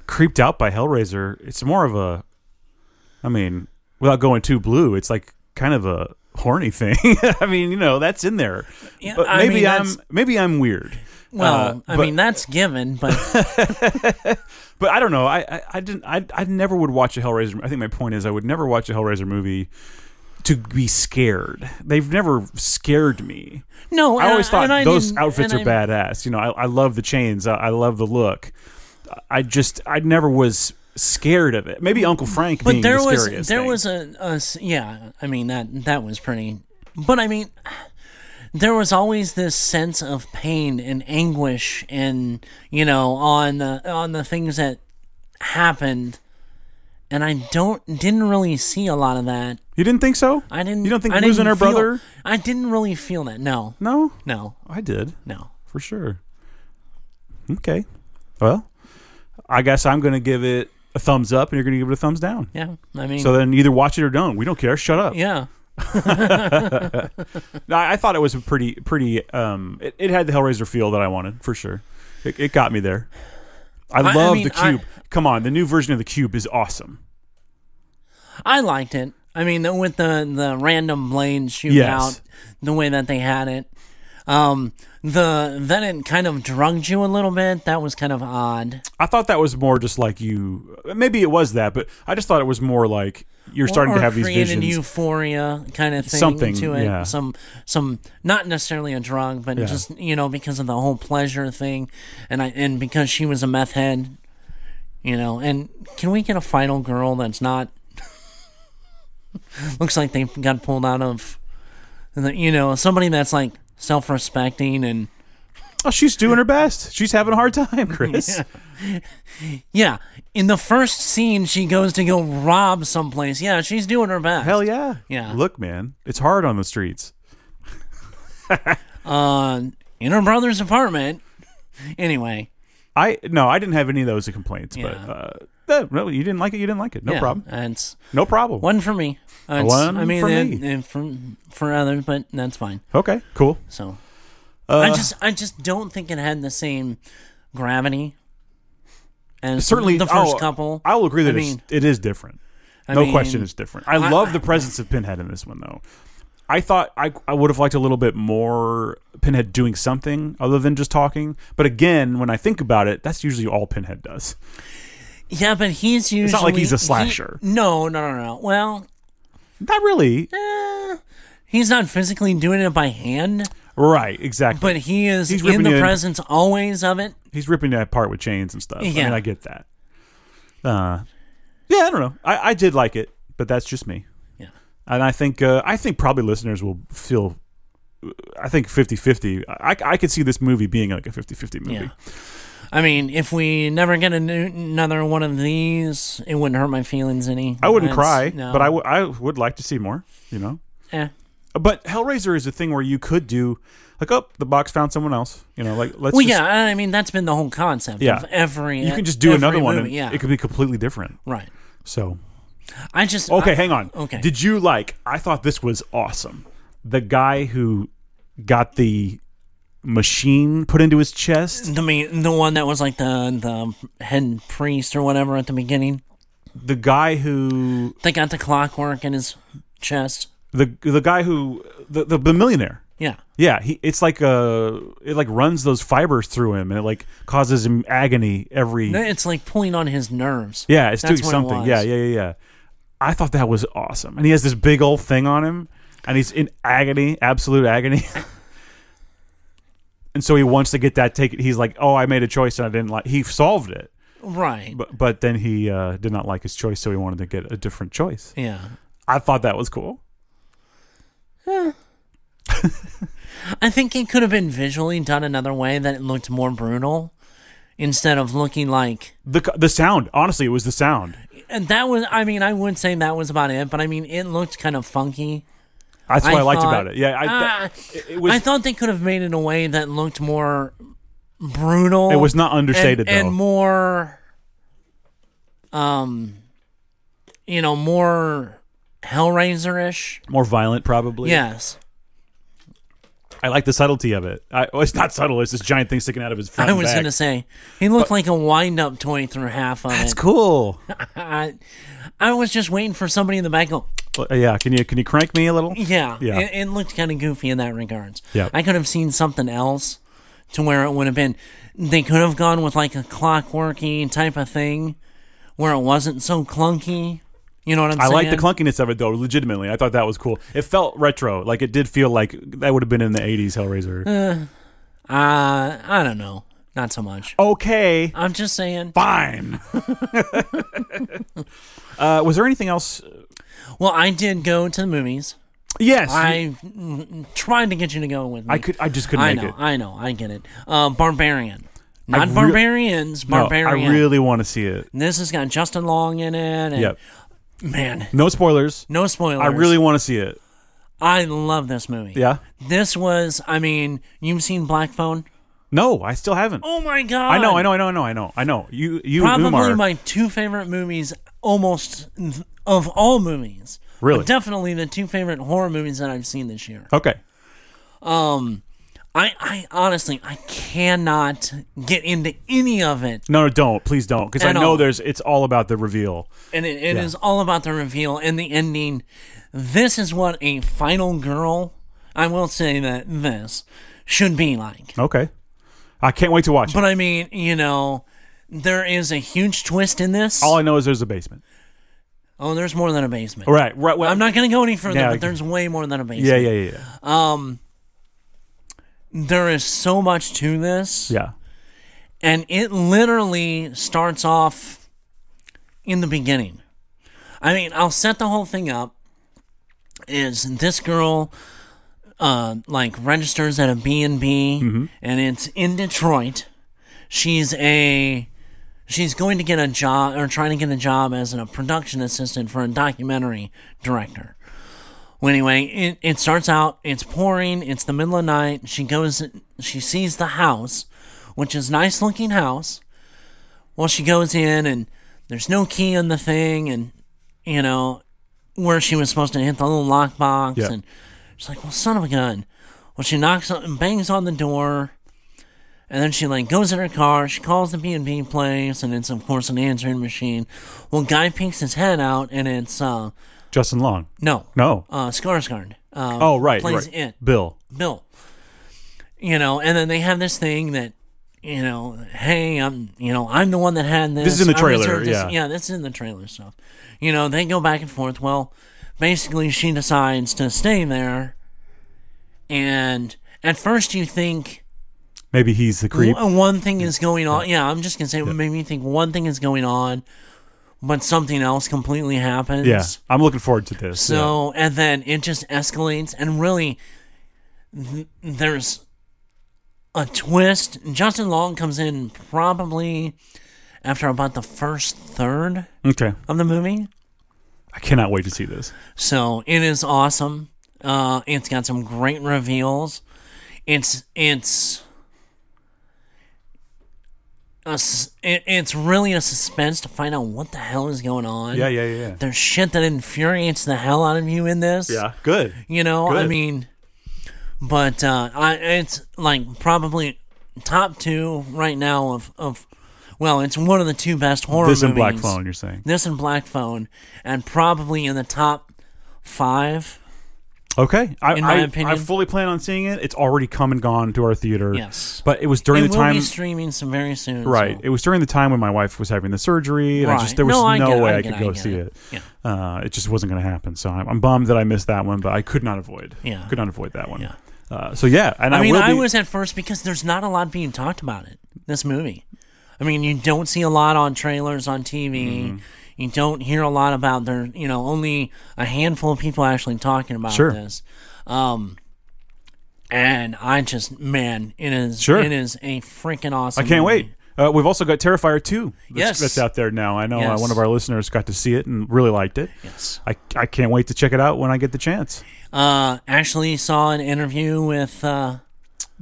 Speaker 1: creeped out by Hellraiser. It's more of a, I mean, without going too blue, it's like kind of a horny thing. I mean, you know, that's in there.
Speaker 2: Yeah,
Speaker 1: but
Speaker 2: I mean,
Speaker 1: maybe I'm
Speaker 2: that's-
Speaker 1: maybe I'm weird.
Speaker 2: Well,
Speaker 1: Uh,
Speaker 2: I
Speaker 1: but-
Speaker 2: mean, that's given, but
Speaker 1: But I don't know. I, I, I didn't. I, I never would watch a Hellraiser. I think my point is I would never watch a Hellraiser movie to be scared. They've never scared me.
Speaker 2: no.
Speaker 1: I
Speaker 2: and
Speaker 1: always thought
Speaker 2: and I
Speaker 1: those
Speaker 2: didn't-
Speaker 1: outfits are
Speaker 2: and I-
Speaker 1: badass. You know, I, I love the chains. I, I love the look. I just, I never was scared of it. Maybe Uncle Frank
Speaker 2: But
Speaker 1: being
Speaker 2: there
Speaker 1: the
Speaker 2: was
Speaker 1: scariest
Speaker 2: there
Speaker 1: thing.
Speaker 2: was a, a s- yeah. I mean that that was pretty. But I mean, there was always this sense of pain and anguish, and you know, on the on the things that happened. And I don't didn't really see a lot of that.
Speaker 1: You didn't think so?
Speaker 2: I didn't.
Speaker 1: You don't think
Speaker 2: I
Speaker 1: losing
Speaker 2: didn't
Speaker 1: her
Speaker 2: feel-
Speaker 1: brother?
Speaker 2: I didn't really feel that. No,
Speaker 1: No,
Speaker 2: no,
Speaker 1: I did
Speaker 2: no.
Speaker 1: for sure. Okay, well, I guess I'm going to give it a thumbs up, and you're going to give it a thumbs down.
Speaker 2: Yeah, I mean,
Speaker 1: So then, either watch it or don't. We don't care. Shut up.
Speaker 2: yeah.
Speaker 1: No, I I thought it was a pretty, pretty. Um, it, it had the Hellraiser feel that I wanted for sure. It, it got me there. I
Speaker 2: I
Speaker 1: love
Speaker 2: mean,
Speaker 1: the
Speaker 2: I-
Speaker 1: cube. Come on, the new version of the cube is awesome.
Speaker 2: I liked it. I mean, the- with the the random blade shootout,
Speaker 1: Yes.
Speaker 2: the way that they had it, um, the then it kind of drugged you a little bit. That was kind of odd.
Speaker 1: I thought that was more just like you. Maybe it was that, but I just thought it was more like you're starting
Speaker 2: or,
Speaker 1: to have these
Speaker 2: created
Speaker 1: visions.
Speaker 2: euphoria kind of thing
Speaker 1: Something,
Speaker 2: to it.
Speaker 1: yeah.
Speaker 2: Some some not necessarily a drug, but just you know because of the whole pleasure thing, and I and because she was a meth head, you know. And can we get a final girl that's not? looks like they got pulled out of, the- you know, somebody that's like self-respecting and
Speaker 1: oh, she's doing her best. She's having a hard time, Chris.
Speaker 2: yeah. In the first scene, she goes to go rob someplace. Yeah, she's doing her best.
Speaker 1: Hell yeah.
Speaker 2: Yeah.
Speaker 1: Look, man, it's hard on the streets.
Speaker 2: uh, in her brother's apartment. Anyway,
Speaker 1: I no, I didn't have any of those complaints,
Speaker 2: Yeah.
Speaker 1: but uh, no, you didn't like it. You didn't like it. No
Speaker 2: yeah,
Speaker 1: problem.
Speaker 2: It's
Speaker 1: No problem.
Speaker 2: one for me. Uh, It's,
Speaker 1: One
Speaker 2: I mean,
Speaker 1: for
Speaker 2: and-
Speaker 1: me.
Speaker 2: and for for others, but that's fine.
Speaker 1: Okay, cool.
Speaker 2: So,
Speaker 1: Uh,
Speaker 2: I just I just don't think it had the same gravity. And
Speaker 1: Certainly,
Speaker 2: the first
Speaker 1: oh,
Speaker 2: couple.
Speaker 1: I will agree that
Speaker 2: I
Speaker 1: it's,
Speaker 2: mean-
Speaker 1: it is different.
Speaker 2: I
Speaker 1: no
Speaker 2: mean,
Speaker 1: question, it's different. I,
Speaker 2: I-
Speaker 1: love the presence of Pinhead in this one, though. I thought I, I would have liked a little bit more Pinhead doing something other than just talking. But again, when I think about it, that's usually all Pinhead does.
Speaker 2: Yeah, but he's usually
Speaker 1: not like he's a
Speaker 2: he-
Speaker 1: slasher.
Speaker 2: no, no, no, no. Well,
Speaker 1: Not really.
Speaker 2: he's not physically doing it by hand,
Speaker 1: Right, exactly.
Speaker 2: but he is
Speaker 1: He's
Speaker 2: in
Speaker 1: ripping
Speaker 2: the
Speaker 1: in.
Speaker 2: presence always of it.
Speaker 1: he's ripping that apart with chains and stuff. I
Speaker 2: Yeah.
Speaker 1: mean, I get that. Uh, yeah, I don't know. I, I did like it, but that's just me.
Speaker 2: Yeah.
Speaker 1: And I think uh, I think probably listeners will feel. I think 50-50. I, I could see this movie being like a 50-50 movie.
Speaker 2: Yeah. I mean, if we never get a new, another one of these, it wouldn't hurt my feelings any.
Speaker 1: I wouldn't cry,
Speaker 2: That's- no.
Speaker 1: but I, w- I would like to see more, you know?
Speaker 2: Eh.
Speaker 1: But Hellraiser is a thing where you could do, like, oh, the box found someone else. You know, like, let's
Speaker 2: Well,
Speaker 1: just,
Speaker 2: yeah. I mean, that's been the whole concept
Speaker 1: Yeah.
Speaker 2: of every.
Speaker 1: you can just do
Speaker 2: every
Speaker 1: another one and
Speaker 2: movie, yeah.
Speaker 1: it could be completely different.
Speaker 2: right.
Speaker 1: So,
Speaker 2: I just.
Speaker 1: Okay,
Speaker 2: I-
Speaker 1: hang on.
Speaker 2: okay.
Speaker 1: Did you like? I thought this was awesome. The guy who got the machine put into his chest.
Speaker 2: the mean the one that was like the the head priest or whatever at the beginning.
Speaker 1: The guy who
Speaker 2: They got the clockwork in his chest.
Speaker 1: the the guy who the the, the millionaire.
Speaker 2: Yeah.
Speaker 1: Yeah, he it's like uh it like runs those fibers through him and it like causes him agony every
Speaker 2: It's like pulling on his nerves.
Speaker 1: Mm. Yeah, it's
Speaker 2: That's
Speaker 1: doing
Speaker 2: what it
Speaker 1: something.
Speaker 2: was.
Speaker 1: yeah, yeah, yeah, yeah. I thought that was awesome. And he has this big old thing on him and he's in agony, absolute agony. and so he wants to get that taken. He's like, "Oh, I made a choice and I didn't like he solved it."
Speaker 2: Right.
Speaker 1: But but then he uh, did not like his choice, so he wanted to get a different choice.
Speaker 2: yeah.
Speaker 1: I thought that was cool.
Speaker 2: I think it could have been visually done another way that it looked more brutal instead of looking like
Speaker 1: The co- the sound, honestly, it was the sound.
Speaker 2: and that was I mean I would say that was about it, but I mean it looked kind of funky.
Speaker 1: That's what I,
Speaker 2: I
Speaker 1: liked
Speaker 2: thought-
Speaker 1: about it. Yeah, I,
Speaker 2: Ah,
Speaker 1: it, it was
Speaker 2: I thought they could have made it a way that looked more brutal.
Speaker 1: it was not
Speaker 2: and,
Speaker 1: understated
Speaker 2: and
Speaker 1: though.
Speaker 2: more um you know, more Hellraiser ish.
Speaker 1: More violent, probably.
Speaker 2: Yes.
Speaker 1: I like the subtlety of it. I, well, it's not subtle. It's this giant thing sticking out of his front.
Speaker 2: I
Speaker 1: and
Speaker 2: was
Speaker 1: back.
Speaker 2: going to say, he looked like a wind up toy through half of
Speaker 1: That's
Speaker 2: it.
Speaker 1: cool.
Speaker 2: I, I was just waiting for somebody in the back go,
Speaker 1: Well, yeah. Can you can you crank me a little?
Speaker 2: yeah.
Speaker 1: Yeah.
Speaker 2: It, it looked kind of goofy in that regards.
Speaker 1: Yeah.
Speaker 2: I could have seen something else to where it would have been. They could have gone with like a clockworky type of thing where it wasn't so clunky. You know what I'm
Speaker 1: I
Speaker 2: saying?
Speaker 1: like the clunkiness of it though. Legitimately, I thought that was cool. It felt retro. Like it did feel like that would have been in the '80s Hellraiser.
Speaker 2: Uh, I don't know. Not so much.
Speaker 1: okay,
Speaker 2: I'm just saying.
Speaker 1: fine. uh, was there anything else?
Speaker 2: Well, I did go to the movies.
Speaker 1: Yes, you-
Speaker 2: I mm, tried to get you to go with me.
Speaker 1: I could. I just couldn't
Speaker 2: I
Speaker 1: make
Speaker 2: know.
Speaker 1: it.
Speaker 2: I know. I get it. Uh, Barbarian. Not
Speaker 1: re-
Speaker 2: barbarians.
Speaker 1: No,
Speaker 2: Barbarian.
Speaker 1: I really want to see it.
Speaker 2: This has got Justin Long in it. And
Speaker 1: Yep.
Speaker 2: Man,
Speaker 1: No spoilers.
Speaker 2: no spoilers.
Speaker 1: I really want to see it.
Speaker 2: I love this movie.
Speaker 1: Yeah.
Speaker 2: This was. I mean, you've seen Black Phone.
Speaker 1: No, I still haven't.
Speaker 2: Oh my god.
Speaker 1: I know. I know. I know. I know. I know. I know. You. You. and
Speaker 2: Probably
Speaker 1: Umar.
Speaker 2: my two favorite movies, almost of all movies.
Speaker 1: Really?
Speaker 2: But definitely the two favorite horror movies that I've seen this year.
Speaker 1: okay.
Speaker 2: I, I honestly, I cannot get into any of it
Speaker 1: No, no, don't. Please don't. Because I
Speaker 2: At
Speaker 1: know
Speaker 2: all.
Speaker 1: there's. It's all about the reveal.
Speaker 2: and it, it is all about the reveal and the ending. This is what a final girl, I will say that this should be like.
Speaker 1: Okay. I can't wait to watch it.
Speaker 2: But I mean, you know, there is a huge twist in this.
Speaker 1: All I know is there's a basement.
Speaker 2: oh, there's more than a basement.
Speaker 1: Right. Right. Well,
Speaker 2: I'm not going to go any further,
Speaker 1: Yeah, I-
Speaker 2: but there's way more than a basement.
Speaker 1: Yeah. Yeah. Yeah. Yeah.
Speaker 2: There is so much to this,
Speaker 1: yeah.
Speaker 2: and it literally starts off in the beginning. I mean, I'll set the whole thing up. Is this girl uh, like registers at a B and B, and it's in Detroit. She's a she's going to get a job or trying to get a job as a production assistant for a documentary director. Well, anyway, it, it starts out. It's pouring. It's the middle of night. She goes. She sees the house, which is nice looking house. Well, she goes in and there's no key on the thing, and you know where she was supposed to hit the little lockbox,
Speaker 1: Yeah.
Speaker 2: and she's like, "Well, son of a gun." Well, she knocks on, bangs on the door, and then she like goes in her car. She calls the B and B place, and it's of course an answering machine. Well, guy peeks his head out, and it's uh
Speaker 1: Justin Long.
Speaker 2: no
Speaker 1: No.
Speaker 2: uh, Skarsgård. Um,
Speaker 1: oh, right.
Speaker 2: plays
Speaker 1: right.
Speaker 2: it.
Speaker 1: Bill.
Speaker 2: Bill. You know, and then they have this thing that, you know, hey, I'm, you know, I'm the one that had this.
Speaker 1: This is in the
Speaker 2: I
Speaker 1: trailer,
Speaker 2: reserved this-
Speaker 1: yeah.
Speaker 2: yeah, this is in the trailer stuff. You know, they go back and forth. Well, basically, she decides to stay there, and at first you think
Speaker 1: Maybe he's the creep.
Speaker 2: w- one thing is going on. Yeah, I'm just gonna say, it made me think one thing is going on, but something else completely happens.
Speaker 1: Yeah. I'm looking forward to this. yeah.
Speaker 2: So, and then it just escalates, and really, th- there's a twist. Justin Long comes in probably after about the first third
Speaker 1: Okay.
Speaker 2: of the movie.
Speaker 1: I cannot wait to see this.
Speaker 2: So it is awesome. Uh, it's got some great reveals. It's it's a s it, it's really a suspense to find out what the hell is going on.
Speaker 1: Yeah. Yeah. Yeah.
Speaker 2: There's shit that infuriates the hell out of you in this.
Speaker 1: Yeah. Good.
Speaker 2: You know, I
Speaker 1: Good.
Speaker 2: mean, but uh, I it's like probably top two right now of of well, it's one of the two best horror
Speaker 1: This
Speaker 2: movies.
Speaker 1: and Black Phone. You're saying.
Speaker 2: This and Black Phone, and probably in the top five.
Speaker 1: Okay, I,
Speaker 2: In my
Speaker 1: I,
Speaker 2: opinion.
Speaker 1: I fully plan on seeing it. It's already come and gone to our theater.
Speaker 2: Yes.
Speaker 1: but it was during
Speaker 2: it
Speaker 1: the
Speaker 2: will
Speaker 1: time,
Speaker 2: be streaming some very soon.
Speaker 1: right?
Speaker 2: so-
Speaker 1: It was during the time when my wife was having the surgery, and I
Speaker 2: Right.
Speaker 1: just there was no,
Speaker 2: I get it,
Speaker 1: way I,
Speaker 2: get
Speaker 1: could
Speaker 2: it,
Speaker 1: go
Speaker 2: get
Speaker 1: see it.
Speaker 2: it. Yeah.
Speaker 1: Uh, it just wasn't going to happen. So I'm, I'm bummed that I missed that one, but I could not avoid.
Speaker 2: Yeah.
Speaker 1: could not avoid that one.
Speaker 2: Yeah.
Speaker 1: Uh, so yeah, and I,
Speaker 2: I mean,
Speaker 1: will
Speaker 2: I
Speaker 1: be,
Speaker 2: was at first because there's not a lot being talked about it. This movie. I mean, you don't see a lot on trailers on TV.
Speaker 1: Mm-hmm.
Speaker 2: You don't hear a lot about there. You know, only a handful of people actually talking about
Speaker 1: Sure.
Speaker 2: this. Um, and I just, man, it is.
Speaker 1: Sure.
Speaker 2: It is a freaking awesome.
Speaker 1: I can't wait.
Speaker 2: movie.
Speaker 1: Uh, we've also got Terrifier two. That's,
Speaker 2: Mm. Yes.
Speaker 1: that's out there now. I know uh,
Speaker 2: Yes.
Speaker 1: one of our listeners got to see it and really liked it.
Speaker 2: Yes.
Speaker 1: I, I can't wait to check it out when I get the chance.
Speaker 2: Uh, actually saw an interview with uh,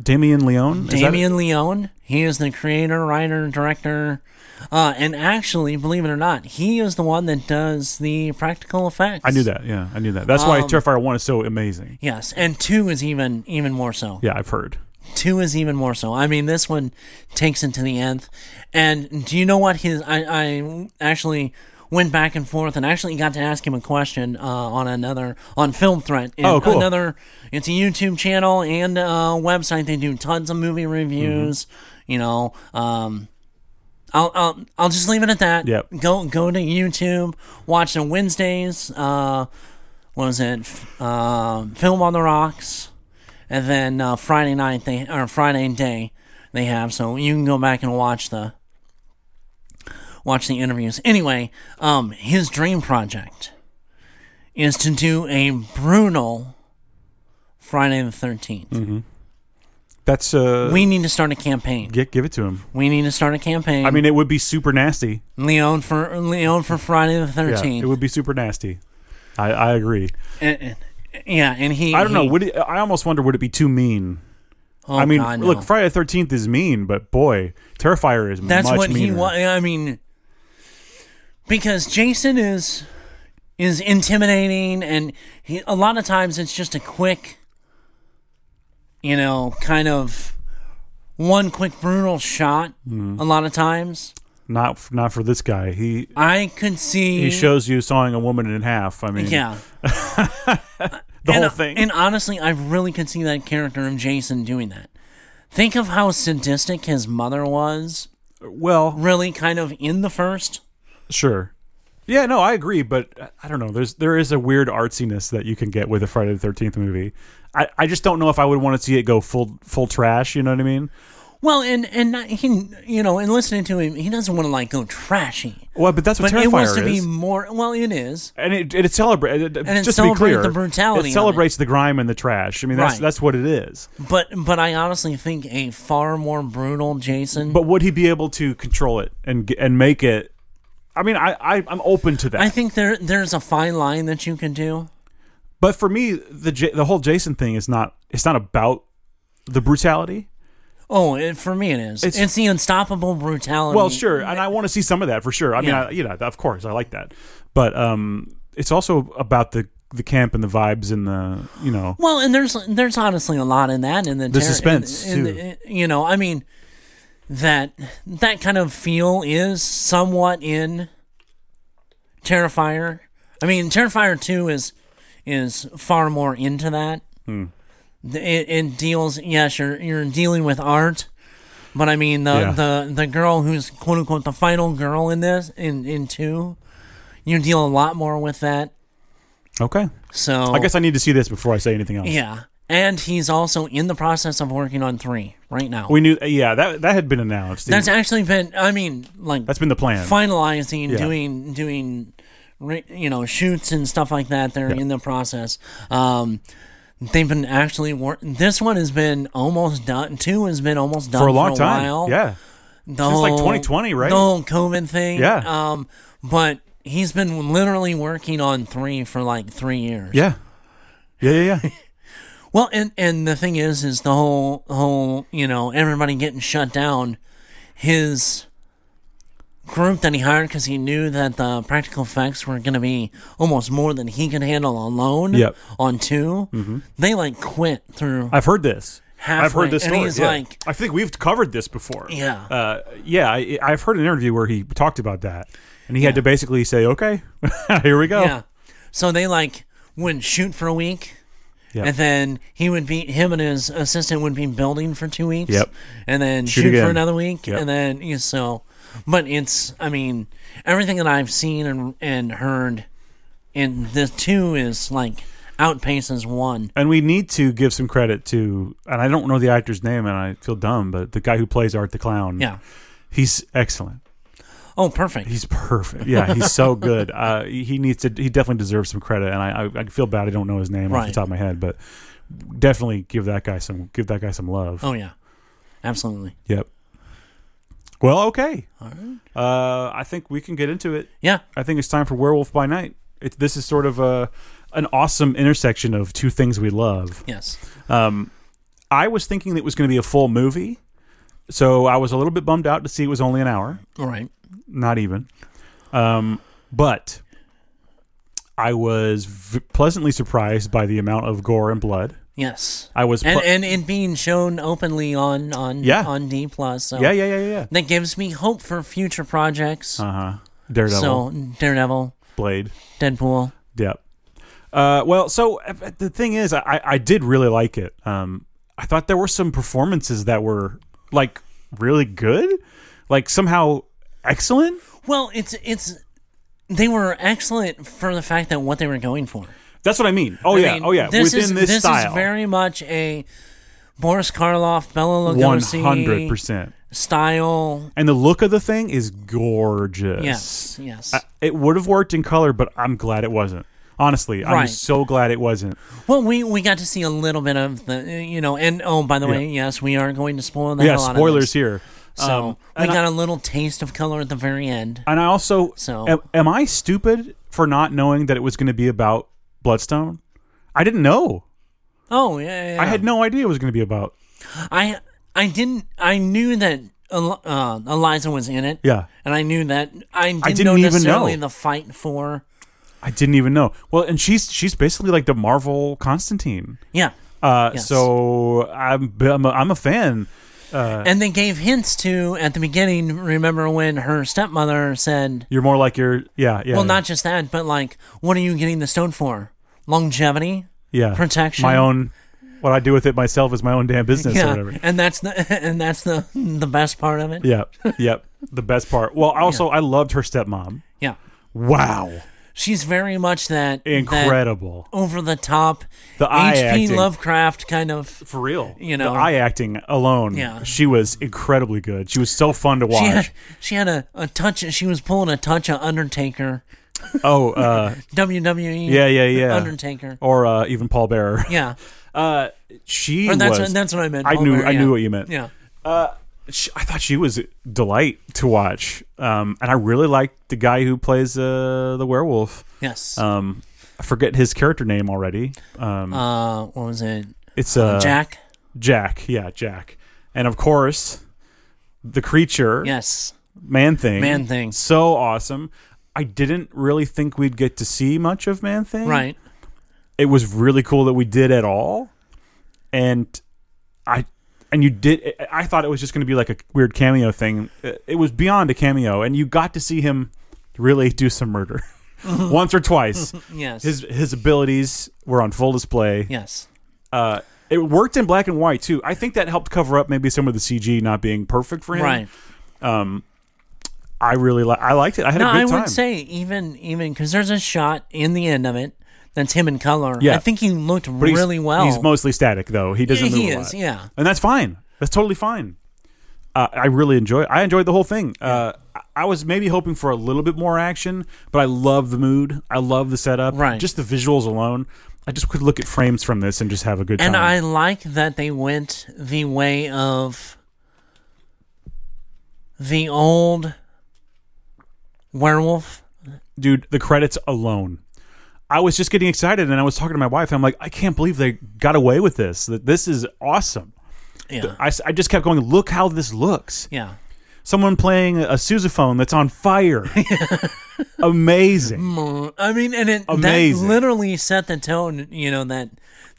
Speaker 1: Damien Leone. Is that-
Speaker 2: Damien Leone. He is the creator, writer, director, uh, and actually, believe it or not, he is the one that does the practical effects.
Speaker 1: I knew that. Yeah, I knew that. That's
Speaker 2: Um,
Speaker 1: why Terrifier One is so amazing.
Speaker 2: Yes, and two is even even more so.
Speaker 1: Yeah, I've heard.
Speaker 2: Two is even more so. I mean, this one takes it to the nth. And do you know what his? I, I actually went back and forth and actually got to ask him a question uh, on another on Film Threat. And
Speaker 1: Oh, cool.
Speaker 2: Another, it's a YouTube channel and a website. They do tons of movie reviews.
Speaker 1: Mm-hmm.
Speaker 2: You know, um, I'll, I'll I'll just leave it at that.
Speaker 1: Yep.
Speaker 2: Go go to YouTube. Watch the Wednesdays. Uh, what was it? F- Um Film on the Rocks, and then uh, Friday night they or Friday day they have. So you can go back and watch the watch the interviews. Anyway, um, his dream project is to do a Bruno Friday the 13th.
Speaker 1: Mm-hmm. That's uh,
Speaker 2: We need to start a campaign.
Speaker 1: get, give it to him.
Speaker 2: We need to start a campaign.
Speaker 1: I mean, it would be super nasty.
Speaker 2: Leon for Leon for Friday the
Speaker 1: Yeah,
Speaker 2: 13th.
Speaker 1: it would be super nasty. I, I agree.
Speaker 2: And- and- yeah, and he
Speaker 1: I don't know.
Speaker 2: he-
Speaker 1: Would it, I almost wonder would it be too mean?
Speaker 2: oh,
Speaker 1: I mean,
Speaker 2: God, no.
Speaker 1: look, Friday the Thirteenth is mean, but boy, Terrifier is
Speaker 2: That's
Speaker 1: much
Speaker 2: what
Speaker 1: meaner.
Speaker 2: he wa I mean, because Jason is is intimidating, and he, a lot of times it's just a quick, you know, kind of one quick brutal shot.
Speaker 1: Mm-hmm.
Speaker 2: A lot of times,
Speaker 1: Not f- not for this guy. He
Speaker 2: I could see
Speaker 1: he shows you sawing a woman in half. I mean,
Speaker 2: yeah,
Speaker 1: the
Speaker 2: and,
Speaker 1: whole thing.
Speaker 2: And honestly, I really could see that character of Jason doing that. Think of how sadistic his mother was,
Speaker 1: well,
Speaker 2: really kind of in the first.
Speaker 1: sure. Yeah, no, I agree, but I- I don't know. There's there is a weird artsiness that you can get with a Friday the Thirteenth movie. I, I just don't know if I would want to see it go full full trash. You know what I mean?
Speaker 2: Well, and and not- he, you know, and listening to him, he doesn't want to like go trashy,
Speaker 1: Well, but that's what
Speaker 2: but
Speaker 1: Terrifier
Speaker 2: it wants to
Speaker 1: is.
Speaker 2: be more. Well, it is.
Speaker 1: and it it celebrates.
Speaker 2: it
Speaker 1: just to be
Speaker 2: celebrates
Speaker 1: clear,
Speaker 2: the brutality
Speaker 1: It
Speaker 2: of
Speaker 1: celebrates the grime and the trash. I mean, that's
Speaker 2: Right.
Speaker 1: that's what it is.
Speaker 2: But but I honestly think a far more brutal Jason.
Speaker 1: But would he be able to control it and g- and make it? I mean, I, I I'm open to that.
Speaker 2: I think there there's a fine line that you can do.
Speaker 1: but for me, the J- the whole Jason thing is not it's not about the brutality.
Speaker 2: Oh, it, for me it is. It's,
Speaker 1: It's-
Speaker 2: the unstoppable brutality.
Speaker 1: Well, sure, and I want to see some of that for sure. I mean,
Speaker 2: Yeah.
Speaker 1: I, you know, of course, I like that. But um, it's also about the the camp and the vibes and the you know.
Speaker 2: Well, and there's there's honestly a lot in that in the,
Speaker 1: The
Speaker 2: terror-
Speaker 1: suspense,
Speaker 2: in- in the- eh, you know, I mean that that kind of feel is somewhat in Terrifier. I mean, Terrifier two is is far more into that.
Speaker 1: Hmm.
Speaker 2: Th- It, it deals yes, you're you're dealing with art, but I mean the
Speaker 1: Yeah.
Speaker 2: the the girl who's quote unquote the final girl in this in in two, you deal a lot more with that.
Speaker 1: Okay,
Speaker 2: So
Speaker 1: I guess I need to see this before I say anything else.
Speaker 2: yeah. And he's also in the process of working on three right now.
Speaker 1: We knew, yeah, that that had been announced.
Speaker 2: That's actually been, I mean, like
Speaker 1: That's been the plan.
Speaker 2: finalizing,
Speaker 1: Yeah.
Speaker 2: doing, doing, re- you know, shoots and stuff like that. They're in the process. Um, they've been actually wor- this one has been almost done. Two has been almost done
Speaker 1: for a long time.
Speaker 2: while.
Speaker 1: Yeah.
Speaker 2: the
Speaker 1: Since, like,
Speaker 2: whole-
Speaker 1: 2020, right?
Speaker 2: The whole COVID thing.
Speaker 1: Yeah.
Speaker 2: Um, but he's been literally working on three for like three years.
Speaker 1: Yeah. Yeah, yeah, yeah.
Speaker 2: Well, and and the thing is, is the whole whole you know everybody getting shut down. His group that he hired because he knew that the practical effects were going to be almost more than he could handle alone.
Speaker 1: Yep.
Speaker 2: On 2 they like quit through.
Speaker 1: I've heard this. I've
Speaker 2: Halfway,
Speaker 1: heard this
Speaker 2: and
Speaker 1: story.
Speaker 2: he's
Speaker 1: yeah.
Speaker 2: like-
Speaker 1: I think we've covered this before.
Speaker 2: Yeah.
Speaker 1: Uh, yeah, I, I've heard an interview where he talked about that. And he had to basically say, okay, here we go.
Speaker 2: Yeah. So they like wouldn't shoot for a week.
Speaker 1: Yeah.
Speaker 2: And then he would be him and his assistant would be building for two weeks.
Speaker 1: Yep.
Speaker 2: And then
Speaker 1: Shoot
Speaker 2: shoot,
Speaker 1: again.
Speaker 2: for another week.
Speaker 1: Yep.
Speaker 2: And then you know, so but it's I mean, everything that I've seen and and heard in the two is like outpaces one.
Speaker 1: And we need to give some credit to, and I don't know the actor's name and I feel dumb, but the guy who plays Art the Clown.
Speaker 2: Yeah.
Speaker 1: He's excellent.
Speaker 2: Oh perfect.
Speaker 1: He's perfect. Yeah, he's so good. Uh, he needs to. He definitely deserves some credit, and I, I, I feel bad I don't know his name off the
Speaker 2: Right.
Speaker 1: top of my head, but definitely give that guy some give that guy some love.
Speaker 2: oh yeah. Absolutely.
Speaker 1: Yep. Well, okay. Uh, I think we can get into it.
Speaker 2: Yeah.
Speaker 1: I think it's time for Werewolf by Night. It, this is sort of a an awesome intersection of two things we love.
Speaker 2: Yes.
Speaker 1: Um, I was thinking that it was going to be a full movie, so I was a little bit bummed out to see it was only an hour,
Speaker 2: All right.
Speaker 1: not even. Um, but I was v- pleasantly surprised by the amount of gore and blood.
Speaker 2: Yes.
Speaker 1: I was,
Speaker 2: and
Speaker 1: pl-
Speaker 2: and it being shown openly on on
Speaker 1: Yeah.
Speaker 2: on D plus. So
Speaker 1: yeah, yeah, yeah, yeah, yeah.
Speaker 2: That gives me hope for future projects.
Speaker 1: Uh huh. Daredevil,
Speaker 2: so Daredevil,
Speaker 1: Blade.
Speaker 2: Deadpool.
Speaker 1: Yep. Uh, well, so uh, the thing is, I, I did really like it. Um, I thought there were some performances that were like really good, like somehow excellent.
Speaker 2: Well, it's it's they were excellent for the fact that what they were going for.
Speaker 1: That's what I mean. Oh yeah,
Speaker 2: I mean,
Speaker 1: oh yeah.
Speaker 2: This
Speaker 1: Within
Speaker 2: is,
Speaker 1: this, style,
Speaker 2: is very much a Boris Karloff, Bella
Speaker 1: one hundred
Speaker 2: Lugosi
Speaker 1: percent.
Speaker 2: style.
Speaker 1: And the look of the thing is gorgeous.
Speaker 2: Yes, yes.
Speaker 1: I- it would have worked in color, but I'm glad it wasn't. Honestly, I'm
Speaker 2: Right.
Speaker 1: so glad it wasn't.
Speaker 2: well, we we got to see a little bit of the you know, and oh by the way, yes, we are going to spoil the
Speaker 1: Yeah,
Speaker 2: hell out of
Speaker 1: spoilers
Speaker 2: this.
Speaker 1: here.
Speaker 2: So
Speaker 1: Um,
Speaker 2: we
Speaker 1: and I-
Speaker 2: got a little taste of color at the very end.
Speaker 1: And I also
Speaker 2: So-
Speaker 1: am, am I stupid for not knowing that it was going to be about Bloodstone? I didn't know.
Speaker 2: Oh yeah, yeah,
Speaker 1: I had no idea it was going to be about.
Speaker 2: I I didn't. I knew that El- uh, Eliza was in it.
Speaker 1: Yeah,
Speaker 2: and I knew that. I didn't,
Speaker 1: didn't
Speaker 2: know
Speaker 1: even
Speaker 2: necessarily
Speaker 1: know.
Speaker 2: the fight for.
Speaker 1: I didn't even know. Well, and she's she's basically like the Marvel Constantine.
Speaker 2: Yeah,
Speaker 1: Uh,
Speaker 2: Yes.
Speaker 1: So I'm I'm a, I'm a fan. Uh.
Speaker 2: and they gave hints to at the beginning. Remember when her stepmother said,
Speaker 1: You're more like your yeah yeah.
Speaker 2: "Well, not just that, but like, what are you getting the stone for? Longevity."
Speaker 1: yeah
Speaker 2: protection.
Speaker 1: My own. What I do with it myself is my own damn business or
Speaker 2: Yeah,
Speaker 1: whatever.
Speaker 2: and that's the and that's the the best part of it.
Speaker 1: Yeah, yep. The best part. Well, also I loved her stepmom.
Speaker 2: Yeah.
Speaker 1: Wow,
Speaker 2: she's very much that that
Speaker 1: incredible.
Speaker 2: over the top
Speaker 1: The eye
Speaker 2: H.P.
Speaker 1: acting.
Speaker 2: Lovecraft kind of
Speaker 1: for real.
Speaker 2: You
Speaker 1: the
Speaker 2: know?
Speaker 1: eye acting alone.
Speaker 2: Yeah.
Speaker 1: she was incredibly good. She was so fun to
Speaker 2: She
Speaker 1: watch.
Speaker 2: had, she had a, a touch. She was pulling a touch of Undertaker,
Speaker 1: oh, uh,
Speaker 2: WWE.
Speaker 1: yeah, yeah, yeah.
Speaker 2: Undertaker.
Speaker 1: or uh, even Paul Bearer.
Speaker 2: Yeah,
Speaker 1: Uh, she
Speaker 2: or that's
Speaker 1: was.
Speaker 2: what, that's what I meant.
Speaker 1: I
Speaker 2: Paul
Speaker 1: knew.
Speaker 2: Bearer,
Speaker 1: I
Speaker 2: yeah.
Speaker 1: knew what you meant.
Speaker 2: Yeah,
Speaker 1: She, I thought she was a delight to watch, um, and I really liked the guy who plays uh, the werewolf.
Speaker 2: yes.
Speaker 1: Um, I forget his character name already. Um,
Speaker 2: uh, what was it?
Speaker 1: it's uh,
Speaker 2: Jack.
Speaker 1: Jack. Yeah, Jack. And of course, the creature.
Speaker 2: Yes.
Speaker 1: Man Thing.
Speaker 2: Man Thing.
Speaker 1: So awesome. I didn't really think we'd get to see much of Man Thing.
Speaker 2: Right.
Speaker 1: It was really cool that we did at all. And I and you did I- I thought it was just going to be like a weird cameo thing. It it was beyond a cameo and you got to see him really do some murder. Once or twice.
Speaker 2: Yes.
Speaker 1: His his abilities were on full display.
Speaker 2: yes.
Speaker 1: Uh it worked in black and white too. I think that helped cover up maybe some of the CG not being perfect for him.
Speaker 2: Right.
Speaker 1: I really li- I liked it. I had
Speaker 2: No,
Speaker 1: a good
Speaker 2: I
Speaker 1: time.
Speaker 2: would say even even because there's a shot in the end of it that's him in color.
Speaker 1: Yeah.
Speaker 2: I think he looked
Speaker 1: But he's-
Speaker 2: really well.
Speaker 1: He's mostly static though. He doesn't
Speaker 2: Yeah,
Speaker 1: move
Speaker 2: he
Speaker 1: a
Speaker 2: is,
Speaker 1: lot.
Speaker 2: yeah.
Speaker 1: and that's fine. That's totally fine. Uh, I really enjoy. I enjoyed the whole thing. Uh, I- I was maybe hoping for a little bit more action, but I love the mood. I love the setup.
Speaker 2: Right.
Speaker 1: Just the visuals alone. I just could look at frames from this and just have a good
Speaker 2: and
Speaker 1: time.
Speaker 2: I like that they went the way of the old werewolf.
Speaker 1: Dude, the credits alone. I was just getting excited, and I was talking to my wife. And I'm like, I can't believe they got away with this. That this is awesome.
Speaker 2: Yeah.
Speaker 1: I, s- I just kept going. Look how this looks.
Speaker 2: Yeah.
Speaker 1: someone playing a sousaphone that's on fire. Amazing.
Speaker 2: I mean, and it
Speaker 1: Amazing.
Speaker 2: that literally set the tone, you know, that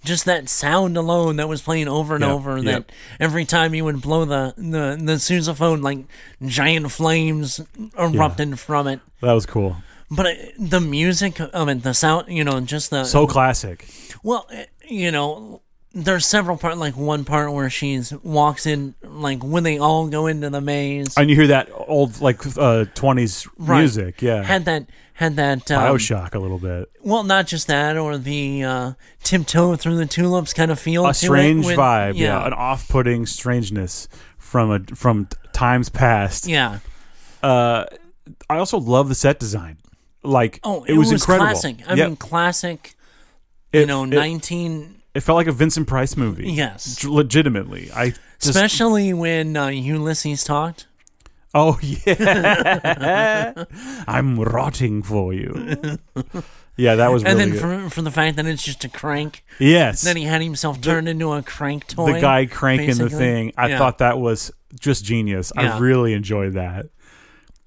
Speaker 2: just that sound alone that was playing over and
Speaker 1: Yep,
Speaker 2: over
Speaker 1: yep.
Speaker 2: that every time you would blow the the, the sousaphone like giant flames erupting from it.
Speaker 1: That was cool.
Speaker 2: But it, the music of it, the sound, you know, just the
Speaker 1: So classic.
Speaker 2: Well, eh, you know, there's several part like one part where she's walks in like when they all go into the maze.
Speaker 1: And you hear that old like uh, 20s
Speaker 2: Right.
Speaker 1: music. Yeah.
Speaker 2: Had that had that um,
Speaker 1: Bioshock a little bit.
Speaker 2: well, not just that or the uh, tiptoe through the tulips kind of feel. to
Speaker 1: A
Speaker 2: it
Speaker 1: strange
Speaker 2: with-
Speaker 1: vibe. Yeah.
Speaker 2: yeah,
Speaker 1: An off-putting strangeness from a from t- times past. Uh,
Speaker 2: yeah.
Speaker 1: I also love the set design. Like
Speaker 2: Oh,
Speaker 1: it, was, incredible.
Speaker 2: classic. I
Speaker 1: Yep.
Speaker 2: mean, classic.
Speaker 1: it,
Speaker 2: You know,
Speaker 1: it-
Speaker 2: nineteen.
Speaker 1: it felt like a Vincent Price movie.
Speaker 2: Yes.
Speaker 1: J- legitimately. I just
Speaker 2: especially when uh, Ulysses talked.
Speaker 1: Oh yeah, I'm rotting for you. Yeah, that was
Speaker 2: and
Speaker 1: really
Speaker 2: then
Speaker 1: good.
Speaker 2: from, from the fact that it's just a crank,
Speaker 1: yes.
Speaker 2: then he had himself turned into a crank toy.
Speaker 1: the guy cranking the
Speaker 2: basically.
Speaker 1: thing. I
Speaker 2: Yeah.
Speaker 1: thought that was just genius. I
Speaker 2: Yeah.
Speaker 1: really enjoyed that.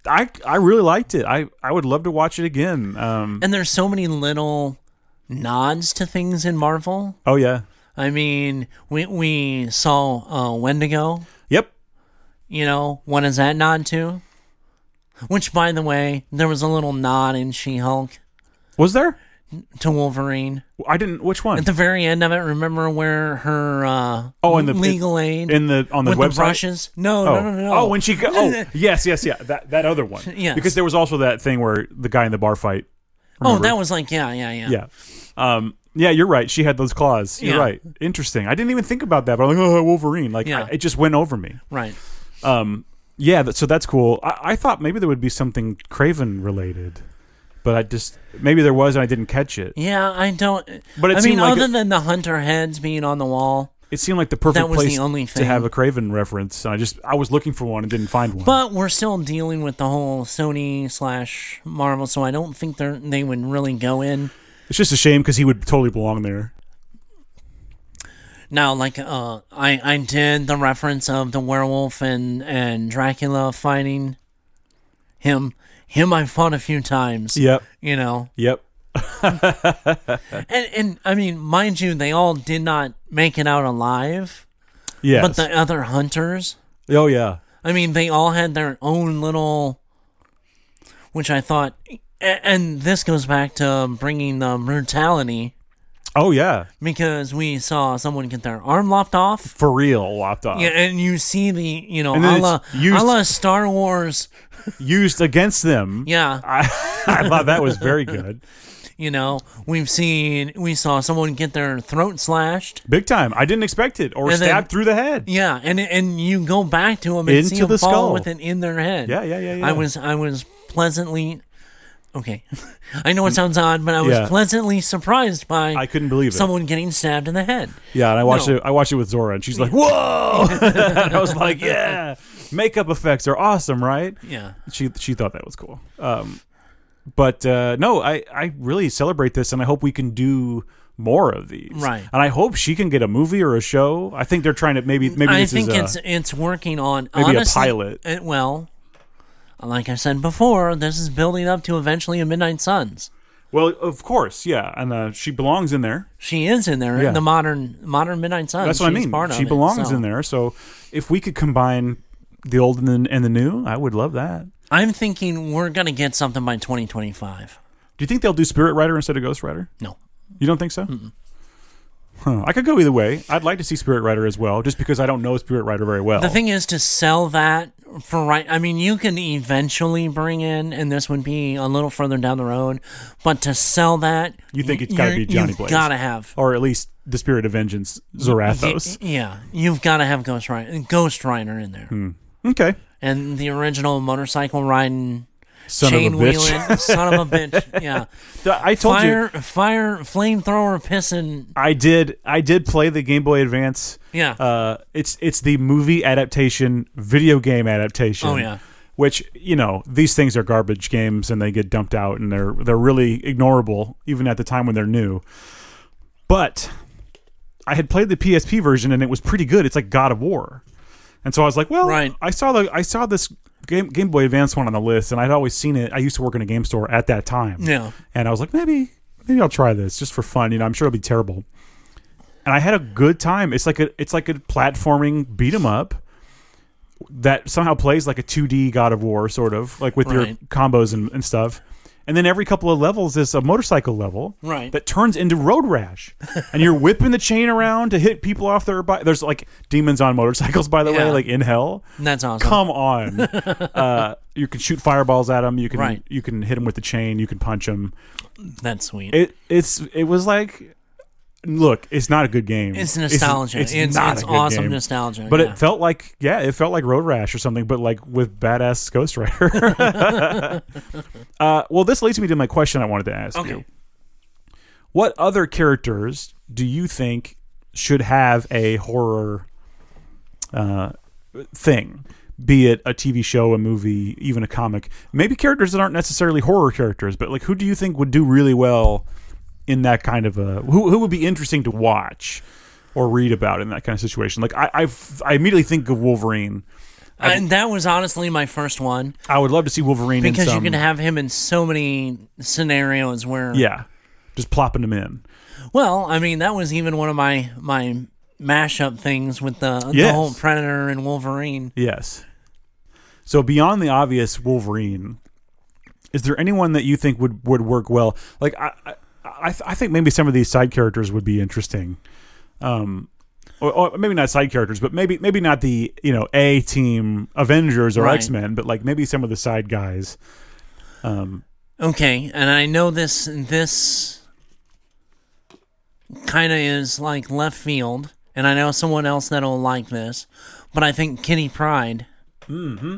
Speaker 1: I I really liked it. I, I would love to watch it again. Um,
Speaker 2: And there's so many little nods to things in Marvel.
Speaker 1: oh yeah.
Speaker 2: I mean, we we saw uh, Wendigo.
Speaker 1: Yep.
Speaker 2: You know, what is that nod to? Which, by the way, there was a little nod in She Hulk
Speaker 1: Was there?
Speaker 2: to Wolverine
Speaker 1: I didn't. Which one?
Speaker 2: at the very end of it. Remember where her uh,
Speaker 1: Oh, in the-
Speaker 2: legal aid
Speaker 1: in the on the
Speaker 2: with
Speaker 1: website.
Speaker 2: the brushes? No,
Speaker 1: Oh.
Speaker 2: no, no, no.
Speaker 1: oh, when she go- oh yes, yes, yeah, that that other one.
Speaker 2: Yes.
Speaker 1: because there was also that thing where the guy in the bar fight.
Speaker 2: oh,
Speaker 1: remember?
Speaker 2: that was like yeah, yeah, yeah.
Speaker 1: yeah, um, yeah. You're right. She had those claws. You're
Speaker 2: Yeah.
Speaker 1: right. Interesting. I didn't even think about that, but I'm like, oh, Wolverine. Like
Speaker 2: Yeah.
Speaker 1: I, it just went over me.
Speaker 2: Right.
Speaker 1: Yeah, that, so that's cool. I, I thought maybe there would be something Craven related, but I just maybe there was and I didn't catch it.
Speaker 2: Yeah, I don't.
Speaker 1: But it
Speaker 2: I
Speaker 1: seemed
Speaker 2: mean,
Speaker 1: like
Speaker 2: other
Speaker 1: it-
Speaker 2: than the hunter heads being on the wall,
Speaker 1: It seemed like the perfect
Speaker 2: That was
Speaker 1: place
Speaker 2: the only
Speaker 1: to
Speaker 2: thing.
Speaker 1: have a Craven reference. And I just I was looking for one and didn't find one.
Speaker 2: but we're still dealing with the whole Sony slash Marvel, so I don't think they they would really go in
Speaker 1: it's just a shame because he would totally belong there.
Speaker 2: now. Like, uh, I I did the reference of the werewolf and and Dracula fighting him. Him, I fought a few times.
Speaker 1: Yep.
Speaker 2: You know,
Speaker 1: Yep.
Speaker 2: and and I mean, mind you, they all did not make it out alive.
Speaker 1: Yes.
Speaker 2: But the other hunters,
Speaker 1: oh yeah.
Speaker 2: I mean, they all had their own little, which I thought, a- and this goes back to bringing the brutality
Speaker 1: Oh yeah.
Speaker 2: because we saw someone get their arm lopped off.
Speaker 1: For real, lopped off.
Speaker 2: Yeah, and you see the you know
Speaker 1: Uh, And then
Speaker 2: a la,
Speaker 1: it's used-
Speaker 2: a la Star Wars.
Speaker 1: Used against them.
Speaker 2: Yeah,
Speaker 1: I, I thought that was very good.
Speaker 2: you know we've seen we saw someone get their throat slashed.
Speaker 1: Big time. I didn't expect it. Or
Speaker 2: And then-
Speaker 1: stabbed through the head.
Speaker 2: Yeah, and and you go back to them and see
Speaker 1: Into
Speaker 2: 'em
Speaker 1: the
Speaker 2: fall
Speaker 1: skull.
Speaker 2: with it in their head.
Speaker 1: Yeah, yeah, yeah, yeah.
Speaker 2: I was I was pleasantly okay. I know it sounds odd, but I was
Speaker 1: Yeah.
Speaker 2: pleasantly surprised by
Speaker 1: I couldn't believe it.
Speaker 2: someone getting stabbed in the head.
Speaker 1: Yeah, and I watched
Speaker 2: No.
Speaker 1: it. I watched it with Zora, and she's like, "Whoa!" and I was like, "Yeah, makeup effects are awesome, right?"
Speaker 2: Yeah,
Speaker 1: She she thought that was cool. Um, but uh, no, I I really celebrate this, and I hope we can do more of these.
Speaker 2: Right.
Speaker 1: And I hope she can get a movie or a show. I think they're trying to maybe maybe
Speaker 2: I
Speaker 1: this
Speaker 2: think
Speaker 1: is uh,
Speaker 2: it's it's working on
Speaker 1: maybe a
Speaker 2: honestly,
Speaker 1: pilot.
Speaker 2: it- well, like I said before, this is building up to eventually a Midnight Suns.
Speaker 1: well, of course, yeah, and uh, she belongs in there.
Speaker 2: She is in there,
Speaker 1: Yeah.
Speaker 2: the modern modern Midnight Suns.
Speaker 1: That's what I
Speaker 2: She's
Speaker 1: mean.
Speaker 2: Part
Speaker 1: She
Speaker 2: of it,
Speaker 1: belongs
Speaker 2: so.
Speaker 1: in there. So if we could combine the old and the, and the new, I would love that.
Speaker 2: I'm thinking we're gonna get something by 2025.
Speaker 1: Do you think they'll do Spirit Rider instead of Ghost Rider?
Speaker 2: No.
Speaker 1: You don't think so? Huh. I could go either way. I'd like to see Spirit Rider as well, just because I don't know Spirit Rider very well.
Speaker 2: The thing is to sell that for right. I mean, you can eventually bring in, and this would be a little further down the road, but to sell that,
Speaker 1: You think it's gotta
Speaker 2: you're-
Speaker 1: be Johnny
Speaker 2: you've
Speaker 1: Blaze.
Speaker 2: Gotta have.
Speaker 1: or at least the Spirit of Vengeance, Zarathos.
Speaker 2: Y- Yeah, you've got to have Ghost Rider, Ghost Rider in there,
Speaker 1: Okay.
Speaker 2: and the original motorcycle riding,
Speaker 1: Son
Speaker 2: chain
Speaker 1: of a bitch.
Speaker 2: wheeling, son of a bitch. Yeah,
Speaker 1: I told you
Speaker 2: fire, fire, flamethrower, pissin.
Speaker 1: I did I did play the Game Boy Advance.
Speaker 2: Yeah.
Speaker 1: Uh, it's it's the movie adaptation, video game adaptation.
Speaker 2: Oh, yeah.
Speaker 1: Which, you know, these things are garbage games and they get dumped out and they're they're really ignorable even at the time when they're new. But I had played the PSP version and it was pretty good. It's like God of War. And so I was like, well,
Speaker 2: Right.
Speaker 1: I saw the I saw this Game, game Boy Advance one on the list, and I'd always seen it. I used to work in a game store at that time,
Speaker 2: Yeah.
Speaker 1: and I was like, maybe, maybe I'll try this just for fun. You know, I'm sure it'll be terrible. And I had a good time. It's like a, it's like a platforming beat 'em up that somehow plays like a 2D God of War, sort of like with your
Speaker 2: Right.
Speaker 1: combos and, and stuff. And then every couple of levels is a motorcycle level,
Speaker 2: Right.
Speaker 1: That turns into road rash, and you're whipping the chain around to hit people off their bike. There's like demons on motorcycles, by the way,
Speaker 2: Yeah.
Speaker 1: like in hell
Speaker 2: That's awesome.
Speaker 1: come on. uh, you can shoot fireballs at them. You can
Speaker 2: Right.
Speaker 1: you can hit them with the chain. You can punch them.
Speaker 2: That's sweet.
Speaker 1: It it's it was like, look, it's not a good game.
Speaker 2: it's nostalgia. It's, it's,
Speaker 1: good
Speaker 2: awesome
Speaker 1: game.
Speaker 2: nostalgia.
Speaker 1: But
Speaker 2: yeah.
Speaker 1: it felt like yeah, it felt like Road Rash or something, but like with badass Ghost Rider. uh, well, this leads me to my question I wanted to ask you.
Speaker 2: okay.
Speaker 1: What other characters do you think should have a horror uh, thing? be it a TV show, a movie, even a comic, maybe characters that aren't necessarily horror characters, but like who do you think would do really well in that kind of a who who would be interesting to watch or read about in that kind of situation? Like I I've, I immediately think of Wolverine.
Speaker 2: and that was honestly my first one
Speaker 1: I would love to see Wolverine in
Speaker 2: because
Speaker 1: some,
Speaker 2: you can have him in so many scenarios where
Speaker 1: yeah, just plopping him in.
Speaker 2: Well, I mean, that was even one of my my mashup things with the, the
Speaker 1: Yes.
Speaker 2: whole Predator and Wolverine.
Speaker 1: Yes. So beyond the obvious Wolverine, is there anyone that you think would would work well? Like I I, I, I think maybe some of these side characters would be interesting. Um or, or maybe not side characters, but maybe maybe not the, you know, A team Avengers or
Speaker 2: Right.
Speaker 1: X-Men, but like maybe some of the side guys.
Speaker 2: Okay, and I know this this kind of is like left field, and I know someone else that'll like this, but I think Kitty Pride
Speaker 1: Mm-hmm.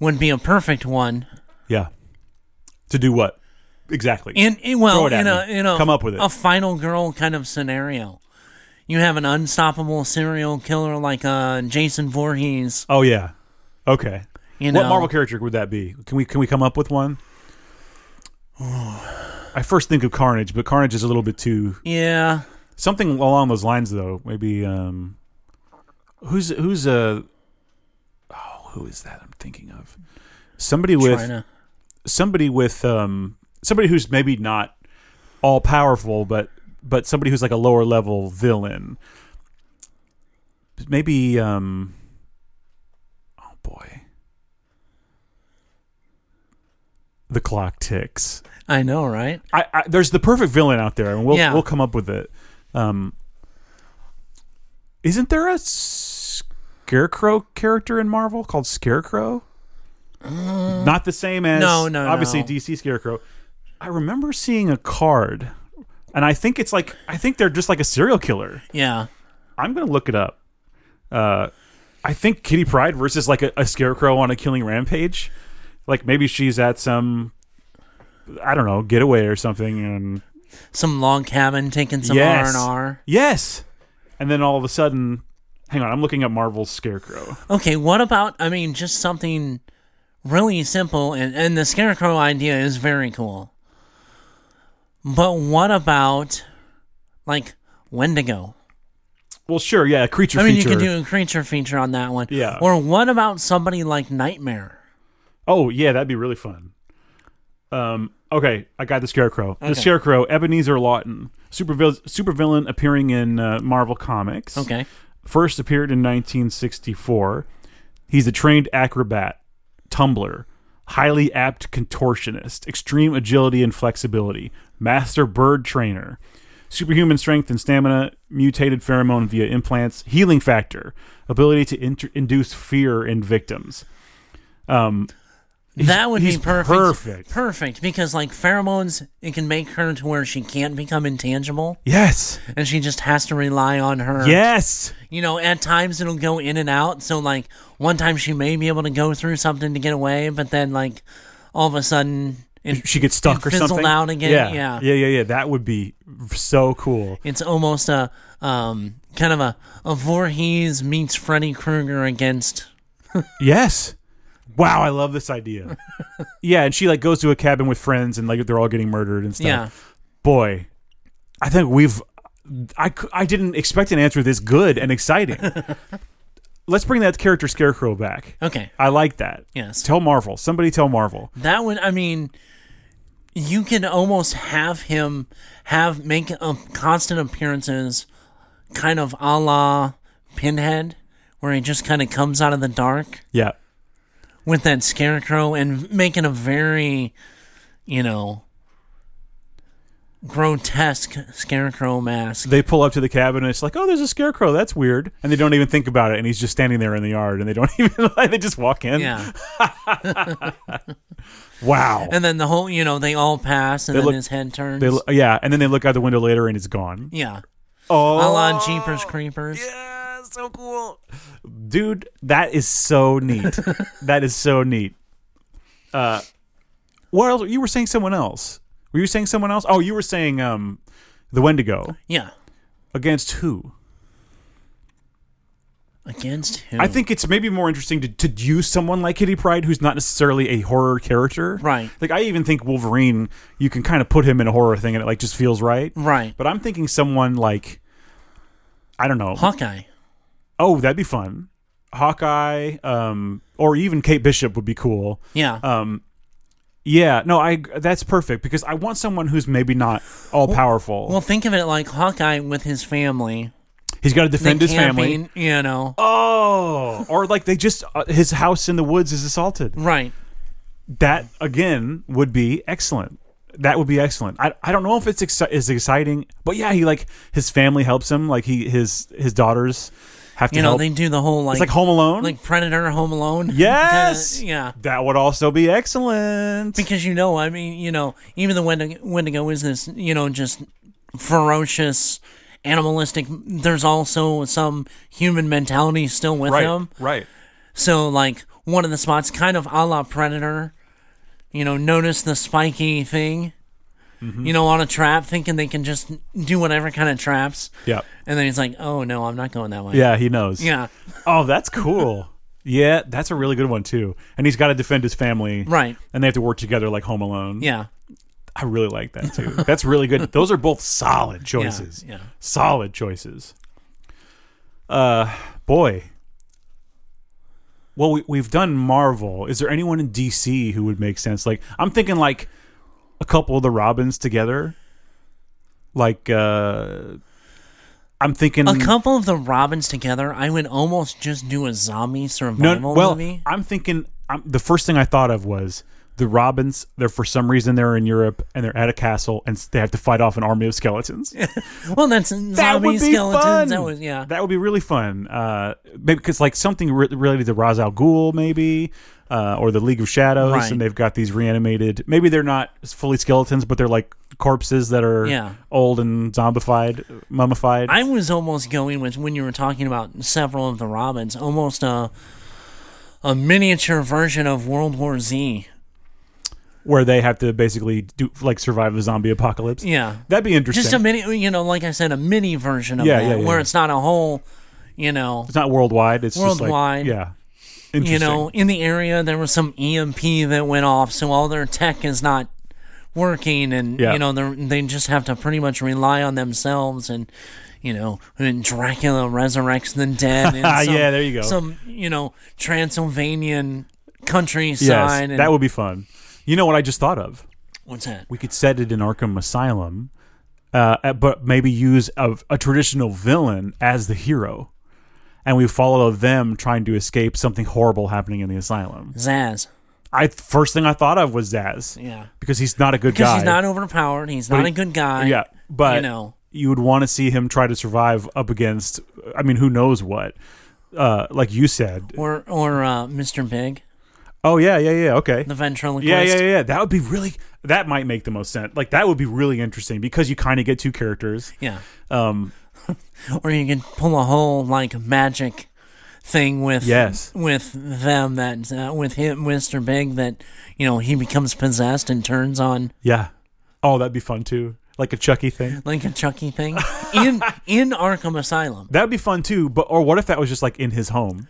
Speaker 2: would be a perfect one.
Speaker 1: Yeah. To do what? Exactly.
Speaker 2: In, in- eh, well,
Speaker 1: Throw it at
Speaker 2: in a,
Speaker 1: me.
Speaker 2: in a
Speaker 1: Come up with it.
Speaker 2: a final girl kind of scenario. You have an unstoppable serial killer like uh, Jason Voorhees.
Speaker 1: oh yeah. Okay.
Speaker 2: You
Speaker 1: what
Speaker 2: know,
Speaker 1: Marvel character would that be? Can we can we come up with one? I first think of Carnage, but Carnage is a little bit too
Speaker 2: Yeah.
Speaker 1: something along those lines, though. Maybe um, who's who's uh, oh who is that I'm thinking of? Somebody with
Speaker 2: China.
Speaker 1: somebody with um somebody who's maybe not all powerful, but but somebody who's like a lower level villain. Maybe um oh boy. The clock ticks.
Speaker 2: I know, right?
Speaker 1: I, I there's the perfect villain out there, and we'll
Speaker 2: Yeah.
Speaker 1: we'll come up with it. Um, isn't there a scarecrow character in Marvel called Scarecrow? Not the same as
Speaker 2: Uh, No, no,
Speaker 1: obviously
Speaker 2: no.
Speaker 1: DC Scarecrow. I remember seeing a card, and I think it's like I think they're just like a serial killer.
Speaker 2: Yeah.
Speaker 1: I'm gonna look it up. Uh, I think Kitty Pride versus like a, a scarecrow on a killing rampage. Like maybe she's at some, I don't know, getaway or something, and
Speaker 2: Some log cabin taking some
Speaker 1: Yes.
Speaker 2: R&R.
Speaker 1: yes, and then all of a sudden, hang on, I'm looking at Marvel's Scarecrow.
Speaker 2: Okay, what about I mean just something really simple and and the scarecrow idea is very cool. But what about like Wendigo?
Speaker 1: Well, sure, yeah, a creature
Speaker 2: I mean,
Speaker 1: feature.
Speaker 2: you could do a creature feature on that one.
Speaker 1: Yeah.
Speaker 2: Or what about somebody like Nightmare?
Speaker 1: oh yeah, that'd be really fun. Um. Okay, I got the Scarecrow.
Speaker 2: Okay.
Speaker 1: The Scarecrow, Ebenezer Lawton, super supervillain appearing in uh, Marvel Comics.
Speaker 2: Okay.
Speaker 1: first appeared in 1964. He's a trained acrobat, tumbler, highly apt contortionist, extreme agility and flexibility, master bird trainer, superhuman strength and stamina, mutated pheromone via implants, healing factor, ability to inter- induce fear in victims.
Speaker 2: that would
Speaker 1: he's
Speaker 2: be perfect.
Speaker 1: perfect.
Speaker 2: Perfect because like pheromones it can make her to where she can't become intangible
Speaker 1: Yes.
Speaker 2: and she just has to rely on her
Speaker 1: Yes.
Speaker 2: you know, at times it'll go in and out. So like one time she may be able to go through something to get away, but then like all of a sudden it,
Speaker 1: She gets stuck
Speaker 2: It
Speaker 1: or
Speaker 2: fizzled
Speaker 1: something.
Speaker 2: out again, yeah.
Speaker 1: yeah. Yeah, yeah, yeah. That would be so cool.
Speaker 2: it's almost a um kind of a a Voorhees meets Freddy Krueger against.
Speaker 1: Yes. Wow, I love this idea. yeah, and she like goes to a cabin with friends and like they're all getting murdered and stuff.
Speaker 2: Yeah.
Speaker 1: Boy, I think we've I cou- I didn't expect an answer this good and exciting. Let's bring that character Scarecrow back.
Speaker 2: Okay.
Speaker 1: I like that.
Speaker 2: Yes.
Speaker 1: Tell Marvel. Somebody tell Marvel.
Speaker 2: That would I mean you can almost have him have make um, constant appearances kind of a la Pinhead where he just kind of comes out of the dark.
Speaker 1: Yeah.
Speaker 2: with that scarecrow and making a very, you know, grotesque scarecrow mask.
Speaker 1: They pull up to the cabin and it's like, "Oh, there's a Scarecrow. That's weird." And they don't even think about it and he's just standing there in the yard and they don't even like they just walk in.
Speaker 2: Yeah,
Speaker 1: Wow.
Speaker 2: and then the whole, you know, they all pass, and
Speaker 1: They
Speaker 2: then
Speaker 1: look-
Speaker 2: his head turns.
Speaker 1: They, lo- yeah, and then they look out the window later and it's gone.
Speaker 2: yeah,
Speaker 1: Oh.
Speaker 2: a la Jeepers Creepers.
Speaker 1: Yeah, so cool. Dude, that is so neat. that is so neat. Uh what else you were saying someone else. Were you saying someone else? Oh, you were saying um the Wendigo.
Speaker 2: Yeah,
Speaker 1: Against who?
Speaker 2: Against who?
Speaker 1: I think it's maybe more interesting to, to use someone like Kitty Pride, who's not necessarily a horror character.
Speaker 2: Right.
Speaker 1: Like I even think Wolverine, you can kind of put him in a horror thing, and it like just feels right.
Speaker 2: Right.
Speaker 1: But I'm thinking someone like, I don't know.
Speaker 2: Hawkeye.
Speaker 1: Oh, that'd be fun. Hawkeye, um, or even Kate Bishop would be cool.
Speaker 2: Yeah.
Speaker 1: Yeah, no, I that's perfect because I want someone who's maybe not all powerful.
Speaker 2: well, think of it like Hawkeye with his family.
Speaker 1: He's got to defend
Speaker 2: They
Speaker 1: his family.
Speaker 2: camping, You know.
Speaker 1: Oh, or like they just uh, his house in the woods is assaulted.
Speaker 2: Right.
Speaker 1: That again would be excellent. That would be excellent. I, I don't know if it's exci- is exciting, but yeah, he like his family helps him. Like he his his daughters have to
Speaker 2: You know,
Speaker 1: help.
Speaker 2: they do the whole like
Speaker 1: it's like Home Alone.
Speaker 2: like Predator, Home Alone.
Speaker 1: yes,
Speaker 2: Kinda- yeah.
Speaker 1: that would also be excellent.
Speaker 2: Because you know, I mean, you know, even the Wendigo, Wendigo is this, you know, just ferocious, animalistic. There's also some human mentality still with
Speaker 1: right,
Speaker 2: them.
Speaker 1: right.
Speaker 2: So, like, one of the spots, kind of a la Predator, you know, notice the spiky thing,
Speaker 1: Mm-hmm.
Speaker 2: you know, on a trap, thinking they can just do whatever kind of traps.
Speaker 1: Yeah,
Speaker 2: And then he's like, oh, no, I'm not going that way.
Speaker 1: yeah. He knows.
Speaker 2: Yeah.
Speaker 1: Oh, that's cool. yeah, that's a really good one too. And he's got to defend his family,
Speaker 2: Right.
Speaker 1: And they have to work together like Home Alone.
Speaker 2: Yeah.
Speaker 1: I really like that too. That's really good. Those are both solid choices.
Speaker 2: yeah.
Speaker 1: Solid choices. Uh, boy. Well, we, we've done Marvel. Is there anyone in DC who would make sense? Like, I'm thinking like a couple of the Robins together. Like, uh, I'm thinking
Speaker 2: A couple of the Robins together, I would almost just do a zombie survival
Speaker 1: No, well,
Speaker 2: movie.
Speaker 1: I'm thinking. I'm, the first thing I thought of was the Robins. They're for some reason they're in Europe and they're at a castle and s- they have to fight off an army of skeletons.
Speaker 2: Well, that's
Speaker 1: that
Speaker 2: zombie
Speaker 1: would be
Speaker 2: skeletons.
Speaker 1: fun.
Speaker 2: That was yeah.
Speaker 1: That would be really fun. Uh, maybe because like something re- related to Ra's al Ghul, maybe. Uh, or the League of Shadows,
Speaker 2: Right.
Speaker 1: and they've got these reanimated. Maybe they're not fully skeletons, but they're like corpses that are
Speaker 2: Yeah.
Speaker 1: old and zombified, mummified.
Speaker 2: I was almost going with when you were talking about several of the Robins, almost a a miniature version of World War Z.
Speaker 1: where they have to basically do like survive a zombie apocalypse.
Speaker 2: Yeah,
Speaker 1: that'd be interesting.
Speaker 2: just a mini. You know, like I said, a mini version of
Speaker 1: Yeah,
Speaker 2: that,
Speaker 1: yeah, yeah,
Speaker 2: where
Speaker 1: yeah.
Speaker 2: it's not a whole. You know,
Speaker 1: It's not worldwide. It's
Speaker 2: Worldwide.
Speaker 1: Just like, yeah. Interesting.
Speaker 2: you know, in the area there was some EMP that went off, so all their tech is not working, and
Speaker 1: Yeah.
Speaker 2: you know they they just have to pretty much rely on themselves, and you know, and Dracula resurrects the dead. in
Speaker 1: Ah,
Speaker 2: some-
Speaker 1: yeah, there you go.
Speaker 2: Some you know Transylvanian countryside.
Speaker 1: yes,
Speaker 2: and,
Speaker 1: that would be fun. You know what I just thought of?
Speaker 2: what's that?
Speaker 1: We could set it in Arkham Asylum, uh, uh, but maybe use a, a traditional villain as the hero, and we follow them trying to escape something horrible happening in the asylum.
Speaker 2: Zaz.
Speaker 1: I first thing I thought of was Zaz.
Speaker 2: Yeah.
Speaker 1: because he's not a good
Speaker 2: Because
Speaker 1: guy.
Speaker 2: he's not overpowered. He's not
Speaker 1: he-
Speaker 2: a good guy.
Speaker 1: yeah, but
Speaker 2: you know.
Speaker 1: you would want to see him try to survive up against. I mean, who knows what? Uh, like you said.
Speaker 2: Or or uh, Mr. Big,
Speaker 1: Oh yeah, yeah, yeah. Okay.
Speaker 2: the ventriloquist.
Speaker 1: Yeah, yeah, yeah. That would be really. That might make the most sense. Like that would be really interesting because you kind of get two characters.
Speaker 2: Yeah.
Speaker 1: Um,
Speaker 2: or you can pull a whole like magic thing with
Speaker 1: Yes.
Speaker 2: with them that uh, with him Mr. Big that you know he becomes possessed and turns on
Speaker 1: yeah. Oh, that'd be fun too. Like a Chucky thing.
Speaker 2: like a Chucky thing in in Arkham Asylum.
Speaker 1: That'd be fun too. But or what if that was just like in his home?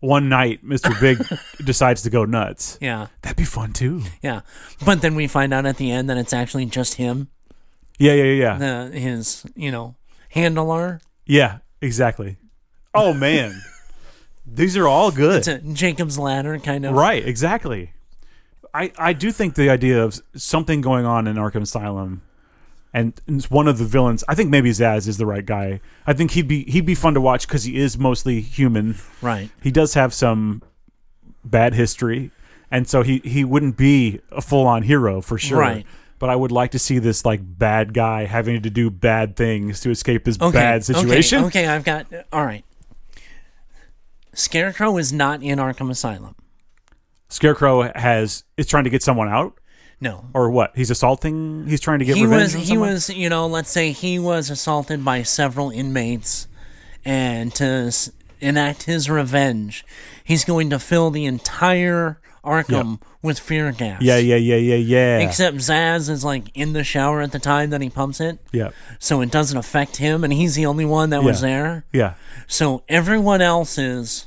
Speaker 1: One night, Mister Big decides to go nuts.
Speaker 2: Yeah,
Speaker 1: That'd be fun too.
Speaker 2: yeah. But then we find out at the end that it's actually just him,
Speaker 1: Yeah, yeah, yeah, yeah.
Speaker 2: uh, his you know handler.
Speaker 1: Yeah, exactly. Oh man, these are all good.
Speaker 2: It's a Jacob's ladder kind of.
Speaker 1: Right, exactly. I, I do think the idea of something going on in Arkham Asylum and it's one of the villains, I think maybe Zaz is the right guy. I think he'd be he'd be fun to watch cuz he is mostly human.
Speaker 2: right.
Speaker 1: He does have some bad history and so he he wouldn't be a full-on hero for sure.
Speaker 2: Right.
Speaker 1: But I would like to see this like bad guy having to do bad things to escape his
Speaker 2: Okay.
Speaker 1: bad situation.
Speaker 2: Okay, okay, I've got. All right. Scarecrow is not in Arkham Asylum.
Speaker 1: Scarecrow has is trying to get someone out
Speaker 2: No,
Speaker 1: or what? He's assaulting, he's trying to get
Speaker 2: he
Speaker 1: revenge
Speaker 2: was
Speaker 1: on
Speaker 2: he
Speaker 1: someone?
Speaker 2: was you know let's say he was assaulted by several inmates and to s- enact his revenge. He's going to fill the entire Arkham with fear gas.
Speaker 1: Yeah, yeah, yeah, yeah, yeah.
Speaker 2: Except Zaz is like in the shower at the time that he pumps it,
Speaker 1: yeah,
Speaker 2: so it doesn't affect him, and he's the only one that was
Speaker 1: Yeah.
Speaker 2: there.
Speaker 1: yeah.
Speaker 2: So everyone else is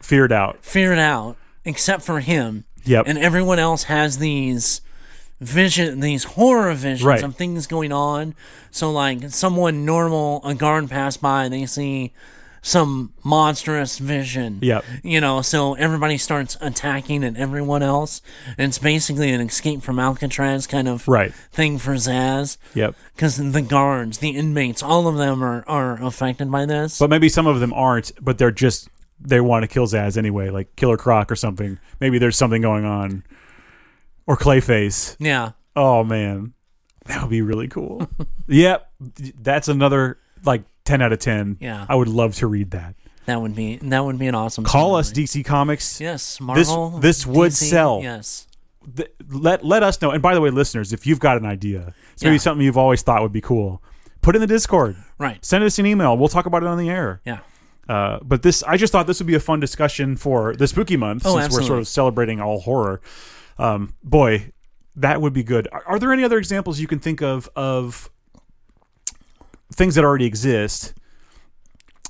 Speaker 1: Feared out.
Speaker 2: feared out except for him.
Speaker 1: Yep.
Speaker 2: And everyone else has these vision these horror visions
Speaker 1: Right.
Speaker 2: of things going on. So like someone normal, a guard passed by and they see some monstrous vision.
Speaker 1: Yep.
Speaker 2: You know, so everybody starts attacking and everyone else. And it's basically an escape from Alcatraz kind of
Speaker 1: Right.
Speaker 2: thing for Zaz.
Speaker 1: Yep.
Speaker 2: Because the guards, the inmates, all of them are, are affected by this.
Speaker 1: But maybe some of them aren't, but they're just they want to kill Zaz anyway, like Killer Croc or something. Maybe there's something going on. Or Clayface.
Speaker 2: yeah.
Speaker 1: Oh man. That would be really cool. yep. That's another like 10 out of 10.
Speaker 2: Yeah.
Speaker 1: I would love to read that.
Speaker 2: That would be that would be an awesome
Speaker 1: Call
Speaker 2: story.
Speaker 1: us DC Comics.
Speaker 2: Yes, Marvel.
Speaker 1: this would
Speaker 2: DC,
Speaker 1: sell.
Speaker 2: Yes,
Speaker 1: th- let let us know. And by the way, listeners, if you've got an idea, it's maybe
Speaker 2: Yeah.
Speaker 1: something you've always thought would be cool, put it in the Discord.
Speaker 2: right.
Speaker 1: Send us an email. We'll talk about it on the air.
Speaker 2: Yeah,
Speaker 1: Uh, but this, I just thought this would be a fun discussion for the spooky month
Speaker 2: Oh,
Speaker 1: since we're
Speaker 2: absolutely.
Speaker 1: sort of celebrating all horror. Um, boy, that would be good. Are, are there any other examples you can think of of things that already exist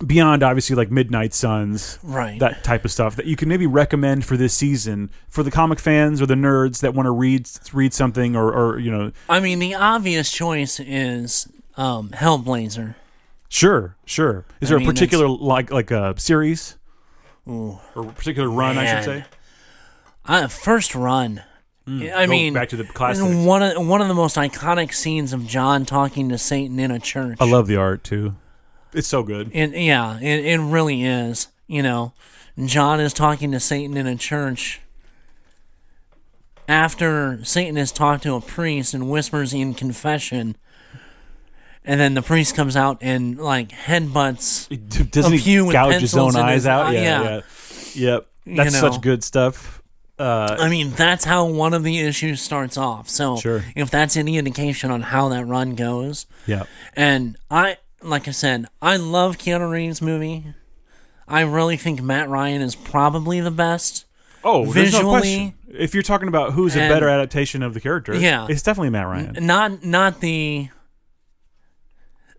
Speaker 1: beyond obviously like Midnight Suns?
Speaker 2: right.
Speaker 1: that type of stuff that you can maybe recommend for this season for the comic fans or the nerds that want to read read something or, or you know
Speaker 2: I mean, the obvious choice is um, Hellblazer.
Speaker 1: sure sure is there
Speaker 2: mean,
Speaker 1: a particular like like a series or a particular run I should
Speaker 2: man.
Speaker 1: say
Speaker 2: Uh, first run. I mean,
Speaker 1: Hmm, back to the classics.
Speaker 2: One of one of the most iconic scenes of John talking to Satan in a church.
Speaker 1: I love the art too it's so good
Speaker 2: It, yeah, it, it really is. You know, John is talking to Satan in a church. After Satan has talked to a priest and whispers in confession, and then the priest comes out and like headbutts.
Speaker 1: It- doesn't
Speaker 2: A
Speaker 1: he
Speaker 2: few with
Speaker 1: gouge his
Speaker 2: pencils
Speaker 1: own
Speaker 2: in
Speaker 1: eyes
Speaker 2: his
Speaker 1: out
Speaker 2: eye-
Speaker 1: yeah,
Speaker 2: yeah.
Speaker 1: yeah yep that's
Speaker 2: know.
Speaker 1: such good stuff uh,
Speaker 2: I mean, that's how one of the issues starts off. So,
Speaker 1: Sure.
Speaker 2: if that's any indication on how that run goes,
Speaker 1: yeah
Speaker 2: And I, like I said, I love Keanu Reeves' movie. I really think Matt Ryan is probably the best.
Speaker 1: oh there's no
Speaker 2: Visually-
Speaker 1: question if you're talking about who's a
Speaker 2: And-
Speaker 1: better adaptation of the character
Speaker 2: Yeah.
Speaker 1: it's definitely Matt Ryan
Speaker 2: Not not the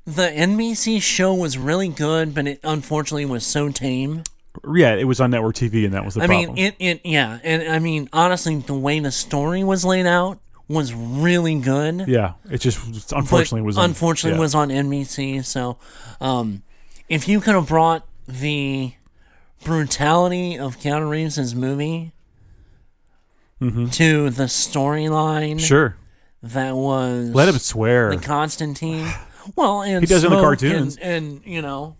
Speaker 2: the NBC show was really good, but it unfortunately was so tame.
Speaker 1: yeah it was on network TV and that was the
Speaker 2: I
Speaker 1: problem
Speaker 2: mean, it it yeah, and I mean honestly, the way the story was laid out was really good.
Speaker 1: Yeah, it just
Speaker 2: but
Speaker 1: unfortunately was on-
Speaker 2: unfortunately
Speaker 1: yeah.
Speaker 2: was on NBC. So, um, if you could have brought the brutality of Keanu Reeves' movie to the storyline
Speaker 1: Mm-hmm. sure.
Speaker 2: that was
Speaker 1: Let him swear.
Speaker 2: the Constantine. Well, and
Speaker 1: He does in the
Speaker 2: Smoke
Speaker 1: cartoons.
Speaker 2: and, and you know,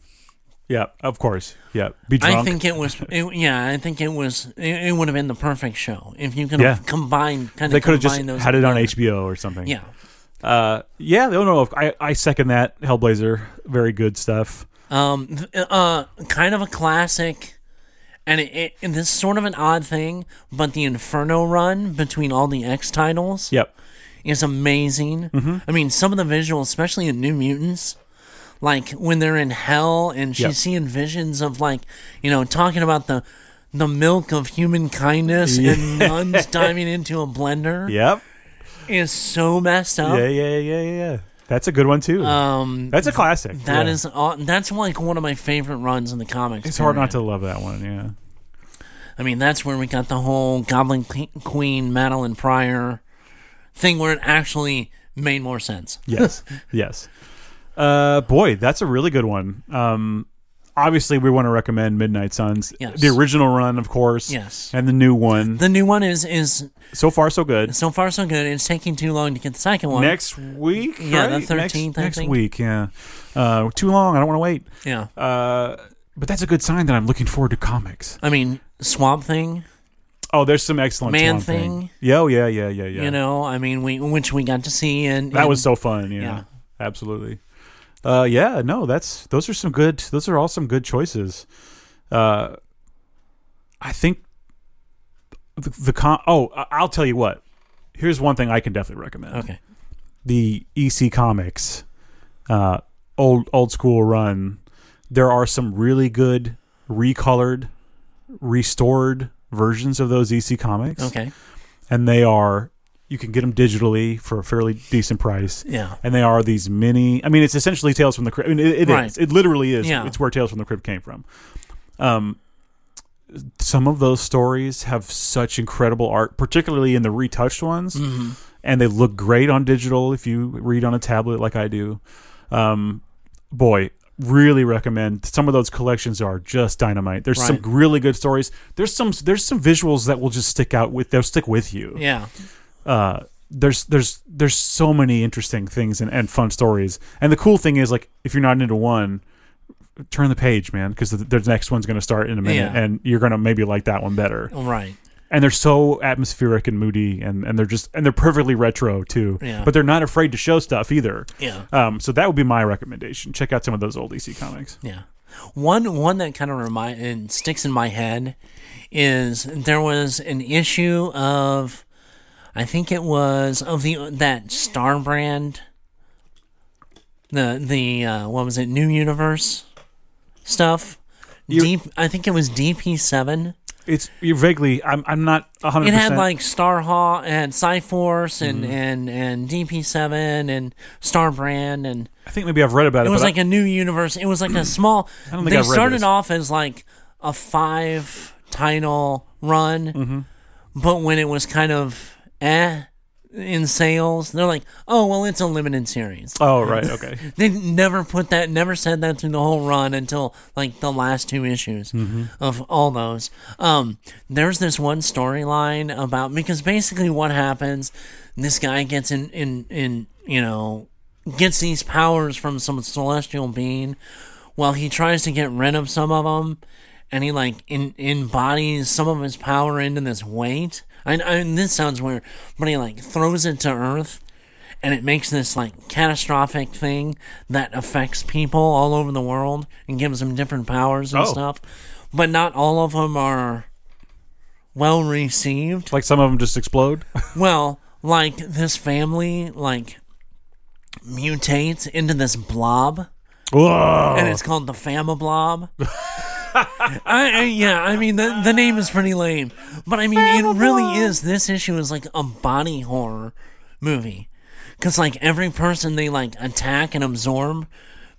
Speaker 1: yeah, of course. Yeah, be drunk.
Speaker 2: I think it was, it, yeah, I think it was, it, it would have been the perfect show if you could
Speaker 1: Yeah.
Speaker 2: have combined, kind
Speaker 1: they
Speaker 2: of
Speaker 1: could have just
Speaker 2: combined those
Speaker 1: had it on
Speaker 2: together.
Speaker 1: HBO or something.
Speaker 2: Yeah,
Speaker 1: uh, yeah. They don't know. if- I I second that. Hellblazer, very good stuff.
Speaker 2: Um, th- uh, kind of a classic, and it, it and this is sort of an odd thing, but the Inferno run between all the X titles
Speaker 1: Yep.
Speaker 2: is amazing.
Speaker 1: Mm-hmm.
Speaker 2: I mean, some of the visuals, especially in New Mutants, like when they're in hell and she's
Speaker 1: Yep.
Speaker 2: seeing visions of like you know talking about the the milk of human kindness and nuns diving into a blender
Speaker 1: Yep.
Speaker 2: is so messed up.
Speaker 1: Yeah, yeah, yeah, yeah. yeah. That's a good one too.
Speaker 2: Um,
Speaker 1: That's a classic.
Speaker 2: that
Speaker 1: yeah.
Speaker 2: is aw- that's like one of my favorite runs in the comics.
Speaker 1: It's hard
Speaker 2: period.
Speaker 1: not to love that one. Yeah.
Speaker 2: I mean, that's where we got the whole Goblin Qu- Queen, Madeline Pryor thing where it actually made more sense.
Speaker 1: Yes. yes. Uh, boy, that's a really good one. Um, obviously, we want to recommend Midnight Suns,
Speaker 2: Yes.
Speaker 1: the original run, of course.
Speaker 2: Yes.
Speaker 1: And the new one.
Speaker 2: The new one is is
Speaker 1: so far, so good.
Speaker 2: so far so good. It's taking too long to get the second one.
Speaker 1: next week.
Speaker 2: Yeah, the
Speaker 1: right? Next-
Speaker 2: 13th, I
Speaker 1: Next,
Speaker 2: think.
Speaker 1: week. Yeah, uh, too long. I don't want to wait.
Speaker 2: yeah.
Speaker 1: Uh, but that's a good sign that I'm looking forward to comics.
Speaker 2: I mean, Swamp Thing,
Speaker 1: Oh, there's some excellent
Speaker 2: Man
Speaker 1: Swamp thing.
Speaker 2: Thing.
Speaker 1: Yeah, oh, yeah, yeah, yeah, yeah.
Speaker 2: you know, I mean, we which we got to see and
Speaker 1: that was so fun. Yeah,
Speaker 2: Yeah.
Speaker 1: absolutely. Uh, yeah, no, that's those are some good. Those are all some good choices. Uh, I think the, the con. Oh, I- I'll tell you what. Here's one thing I can definitely recommend.
Speaker 2: Okay.
Speaker 1: the E EC Comics uh, old old school run, there are some really good recolored, restored versions of those EC comics.
Speaker 2: Okay.
Speaker 1: And they are you can get them digitally for a fairly decent price.
Speaker 2: Yeah.
Speaker 1: And they are these mini. I mean, it's essentially Tales from the Crypt. I mean, it, it is.
Speaker 2: Right.
Speaker 1: It literally is.
Speaker 2: Yeah.
Speaker 1: It's where Tales from the Crypt came from. Um, some of those stories have such incredible art, particularly in the retouched ones,
Speaker 2: Mm-hmm.
Speaker 1: and they look great on digital if you read on a tablet like I do. Um, boy, really recommend. Some of those collections are just dynamite. There's some
Speaker 2: Right.
Speaker 1: really good stories. There's some there's some visuals that will just stick out with they'll stick with you
Speaker 2: Yeah.
Speaker 1: uh, there's there's there's so many interesting things and, and fun stories. And the cool thing is like if you're not into one, turn the page, man, because the, the next one's going to start in a minute,
Speaker 2: Yeah.
Speaker 1: and you're going to maybe like that one better.
Speaker 2: Right.
Speaker 1: And they're so atmospheric and moody, and, and they're just and they're perfectly retro too.
Speaker 2: Yeah.
Speaker 1: But they're not afraid to show stuff either.
Speaker 2: Yeah.
Speaker 1: Um, so that would be my recommendation. Check out some of those old EC comics.
Speaker 2: Yeah. One one that kind of remind and sticks in my head is there was an issue of I think it was of the that Star Brand the the uh, what was it New Universe stuff. Deep, I think it was DP seven.
Speaker 1: It's you're vaguely. I'm I'm not 100.
Speaker 2: It had like Starhawk and Cyforce
Speaker 1: Mm-hmm.
Speaker 2: and and and DP seven and Star Brand and
Speaker 1: I think maybe I've read about it.
Speaker 2: it was
Speaker 1: but I-
Speaker 2: like a new universe. It was like a small.
Speaker 1: don't think
Speaker 2: they
Speaker 1: I've read
Speaker 2: started
Speaker 1: this.
Speaker 2: off as like a five title run,
Speaker 1: Mm-hmm.
Speaker 2: but when it was kind of eh in sales, they're like, oh well, it's a limited series.
Speaker 1: oh right okay.
Speaker 2: They never put that, never said that through the whole run until like the last two issues of all those. Um, there's this one storyline about because basically what happens, this guy gets in in in you know gets these powers from some celestial being. Well, he tries to get rid of some of them, and he like in embodies some of his power into this weight. I, I this sounds weird, but he like throws it to Earth, and it makes this like catastrophic thing that affects people all over the world and gives them different powers and
Speaker 1: Oh.
Speaker 2: stuff. But not all of them are well received.
Speaker 1: like some of them just explode.
Speaker 2: Well, like this family like mutates into this blob
Speaker 1: Whoa.
Speaker 2: and it's called the Fama Blob. I, I, yeah, I mean the the name is pretty lame, but I mean it really is. This issue is like a body horror movie, because like every person they like attack and absorb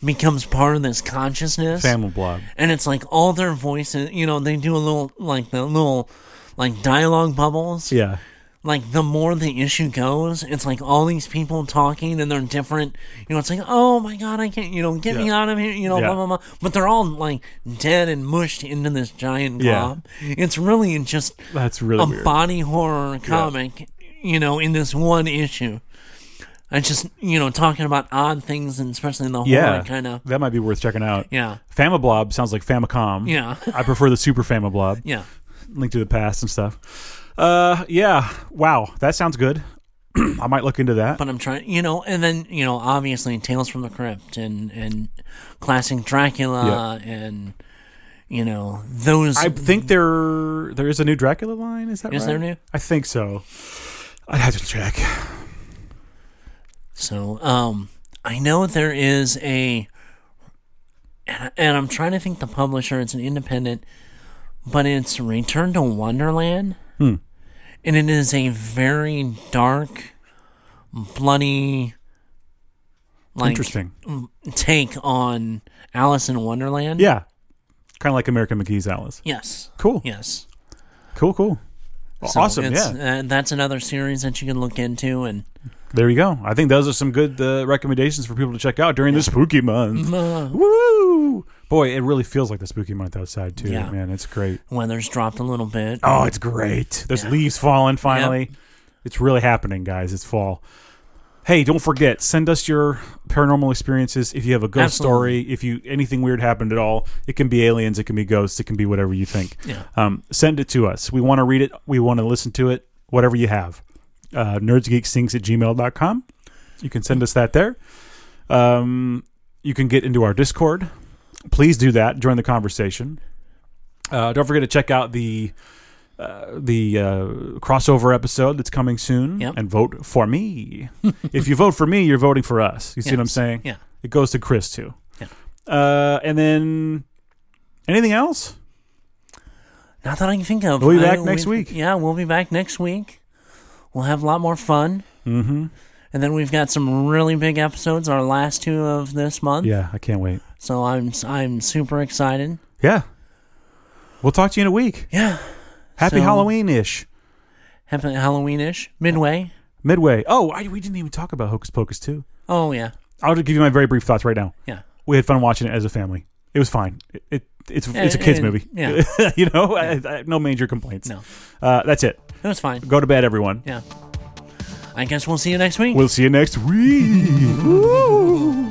Speaker 2: becomes part of this consciousness,
Speaker 1: Family blob.
Speaker 2: and it's like all their voices. You know, they do a little like the little like dialogue bubbles.
Speaker 1: Yeah.
Speaker 2: like the more the issue goes, it's like all these people talking and they're different. You know, it's like, oh my god, I can't, you know, get me
Speaker 1: Yeah.
Speaker 2: out of here, you know,
Speaker 1: Yeah.
Speaker 2: blah blah blah. But they're all like dead and mushed into this giant
Speaker 1: Yeah.
Speaker 2: glob. It's really just
Speaker 1: That's really
Speaker 2: a
Speaker 1: weird.
Speaker 2: body horror comic, you know, in this one issue. I just, you know, talking about odd things, and especially in the horror
Speaker 1: yeah,
Speaker 2: kind of,
Speaker 1: That might be worth checking out.
Speaker 2: yeah,
Speaker 1: Famablob sounds like Famicom.
Speaker 2: Yeah.
Speaker 1: I prefer the Super Famablob.
Speaker 2: yeah,
Speaker 1: Link to the past and stuff. Uh, yeah. Wow, that sounds good. I might look into that.
Speaker 2: but I'm trying, you know, and then you know, obviously, Tales from the Crypt and and classic Dracula and you know those.
Speaker 1: I think there there is a new Dracula line. Is that
Speaker 2: Is
Speaker 1: right?
Speaker 2: there new?
Speaker 1: I think so. I'd have to check.
Speaker 2: so um, I know there is a, and, I- and I'm trying to think the publisher. It's an independent, but it's Return to Wonderland,
Speaker 1: Hmm.
Speaker 2: and it is a very dark, bloody, like mm.
Speaker 1: Interesting.
Speaker 2: take on Alice in Wonderland.
Speaker 1: Yeah. Kind of like American McGee's Alice.
Speaker 2: Yes.
Speaker 1: Cool.
Speaker 2: Yes.
Speaker 1: Cool. Cool. Well,
Speaker 2: So
Speaker 1: awesome.
Speaker 2: it's-
Speaker 1: Yeah.
Speaker 2: uh, that's another series that you can look into, and
Speaker 1: There you go. I think those are some good uh, recommendations for people to check out during the spooky month.
Speaker 2: uh,
Speaker 1: Woo! Boy, it really feels like the spooky month outside too.
Speaker 2: Yeah.
Speaker 1: Man, it's great.
Speaker 2: weather's dropped a little bit.
Speaker 1: Oh, it's great. There's leaves falling finally. It's really happening, guys. It's fall. Hey, don't forget, send us your paranormal experiences. If you have a ghost
Speaker 2: Absolutely.
Speaker 1: story, if you anything weird happened at all, it can be aliens, it can be ghosts, it can be whatever you think.
Speaker 2: Yeah.
Speaker 1: Um, send it to us. We want to read it. We want to listen to it. Whatever you have. Uh, nerdsgeeksings at gmail.com. You can send us that there. Um, you can get into our Discord. Please do that. Join the conversation. Uh, don't forget to check out the uh, the uh, crossover episode that's coming soon,
Speaker 2: Yep.
Speaker 1: and vote for me. if you vote for me, you're voting for us. You see what I'm
Speaker 2: Yes.
Speaker 1: saying?
Speaker 2: Yeah.
Speaker 1: It goes to Chris too.
Speaker 2: Yeah.
Speaker 1: Uh, and then anything else?
Speaker 2: Not that I can think of.
Speaker 1: We'll be
Speaker 2: I-
Speaker 1: back next
Speaker 2: we-
Speaker 1: week.
Speaker 2: Yeah, we'll be back next week. We'll have a lot more fun. Mm-hmm. And then we've got some really big episodes. Our last two of this month.
Speaker 1: Yeah, I can't wait.
Speaker 2: So I'm I'm super excited.
Speaker 1: Yeah. We'll talk to you in a week.
Speaker 2: Yeah.
Speaker 1: Happy
Speaker 2: So-
Speaker 1: Halloween ish.
Speaker 2: Happy Halloweenish. Midway.
Speaker 1: Midway. Oh, I, we didn't even talk about Hocus Pocus 2.
Speaker 2: Oh yeah.
Speaker 1: I'll just give you my very brief thoughts right now.
Speaker 2: Yeah.
Speaker 1: We had fun watching it as a family. It was fine. It, it it's it's a kids
Speaker 2: Uh, and-
Speaker 1: movie.
Speaker 2: yeah.
Speaker 1: you know, I, I, no major complaints.
Speaker 2: No.
Speaker 1: Uh, that's it.
Speaker 2: It was fine.
Speaker 1: Go to bed, everyone.
Speaker 2: Yeah. I guess we'll see you next week.
Speaker 1: We'll see you next week. Woo.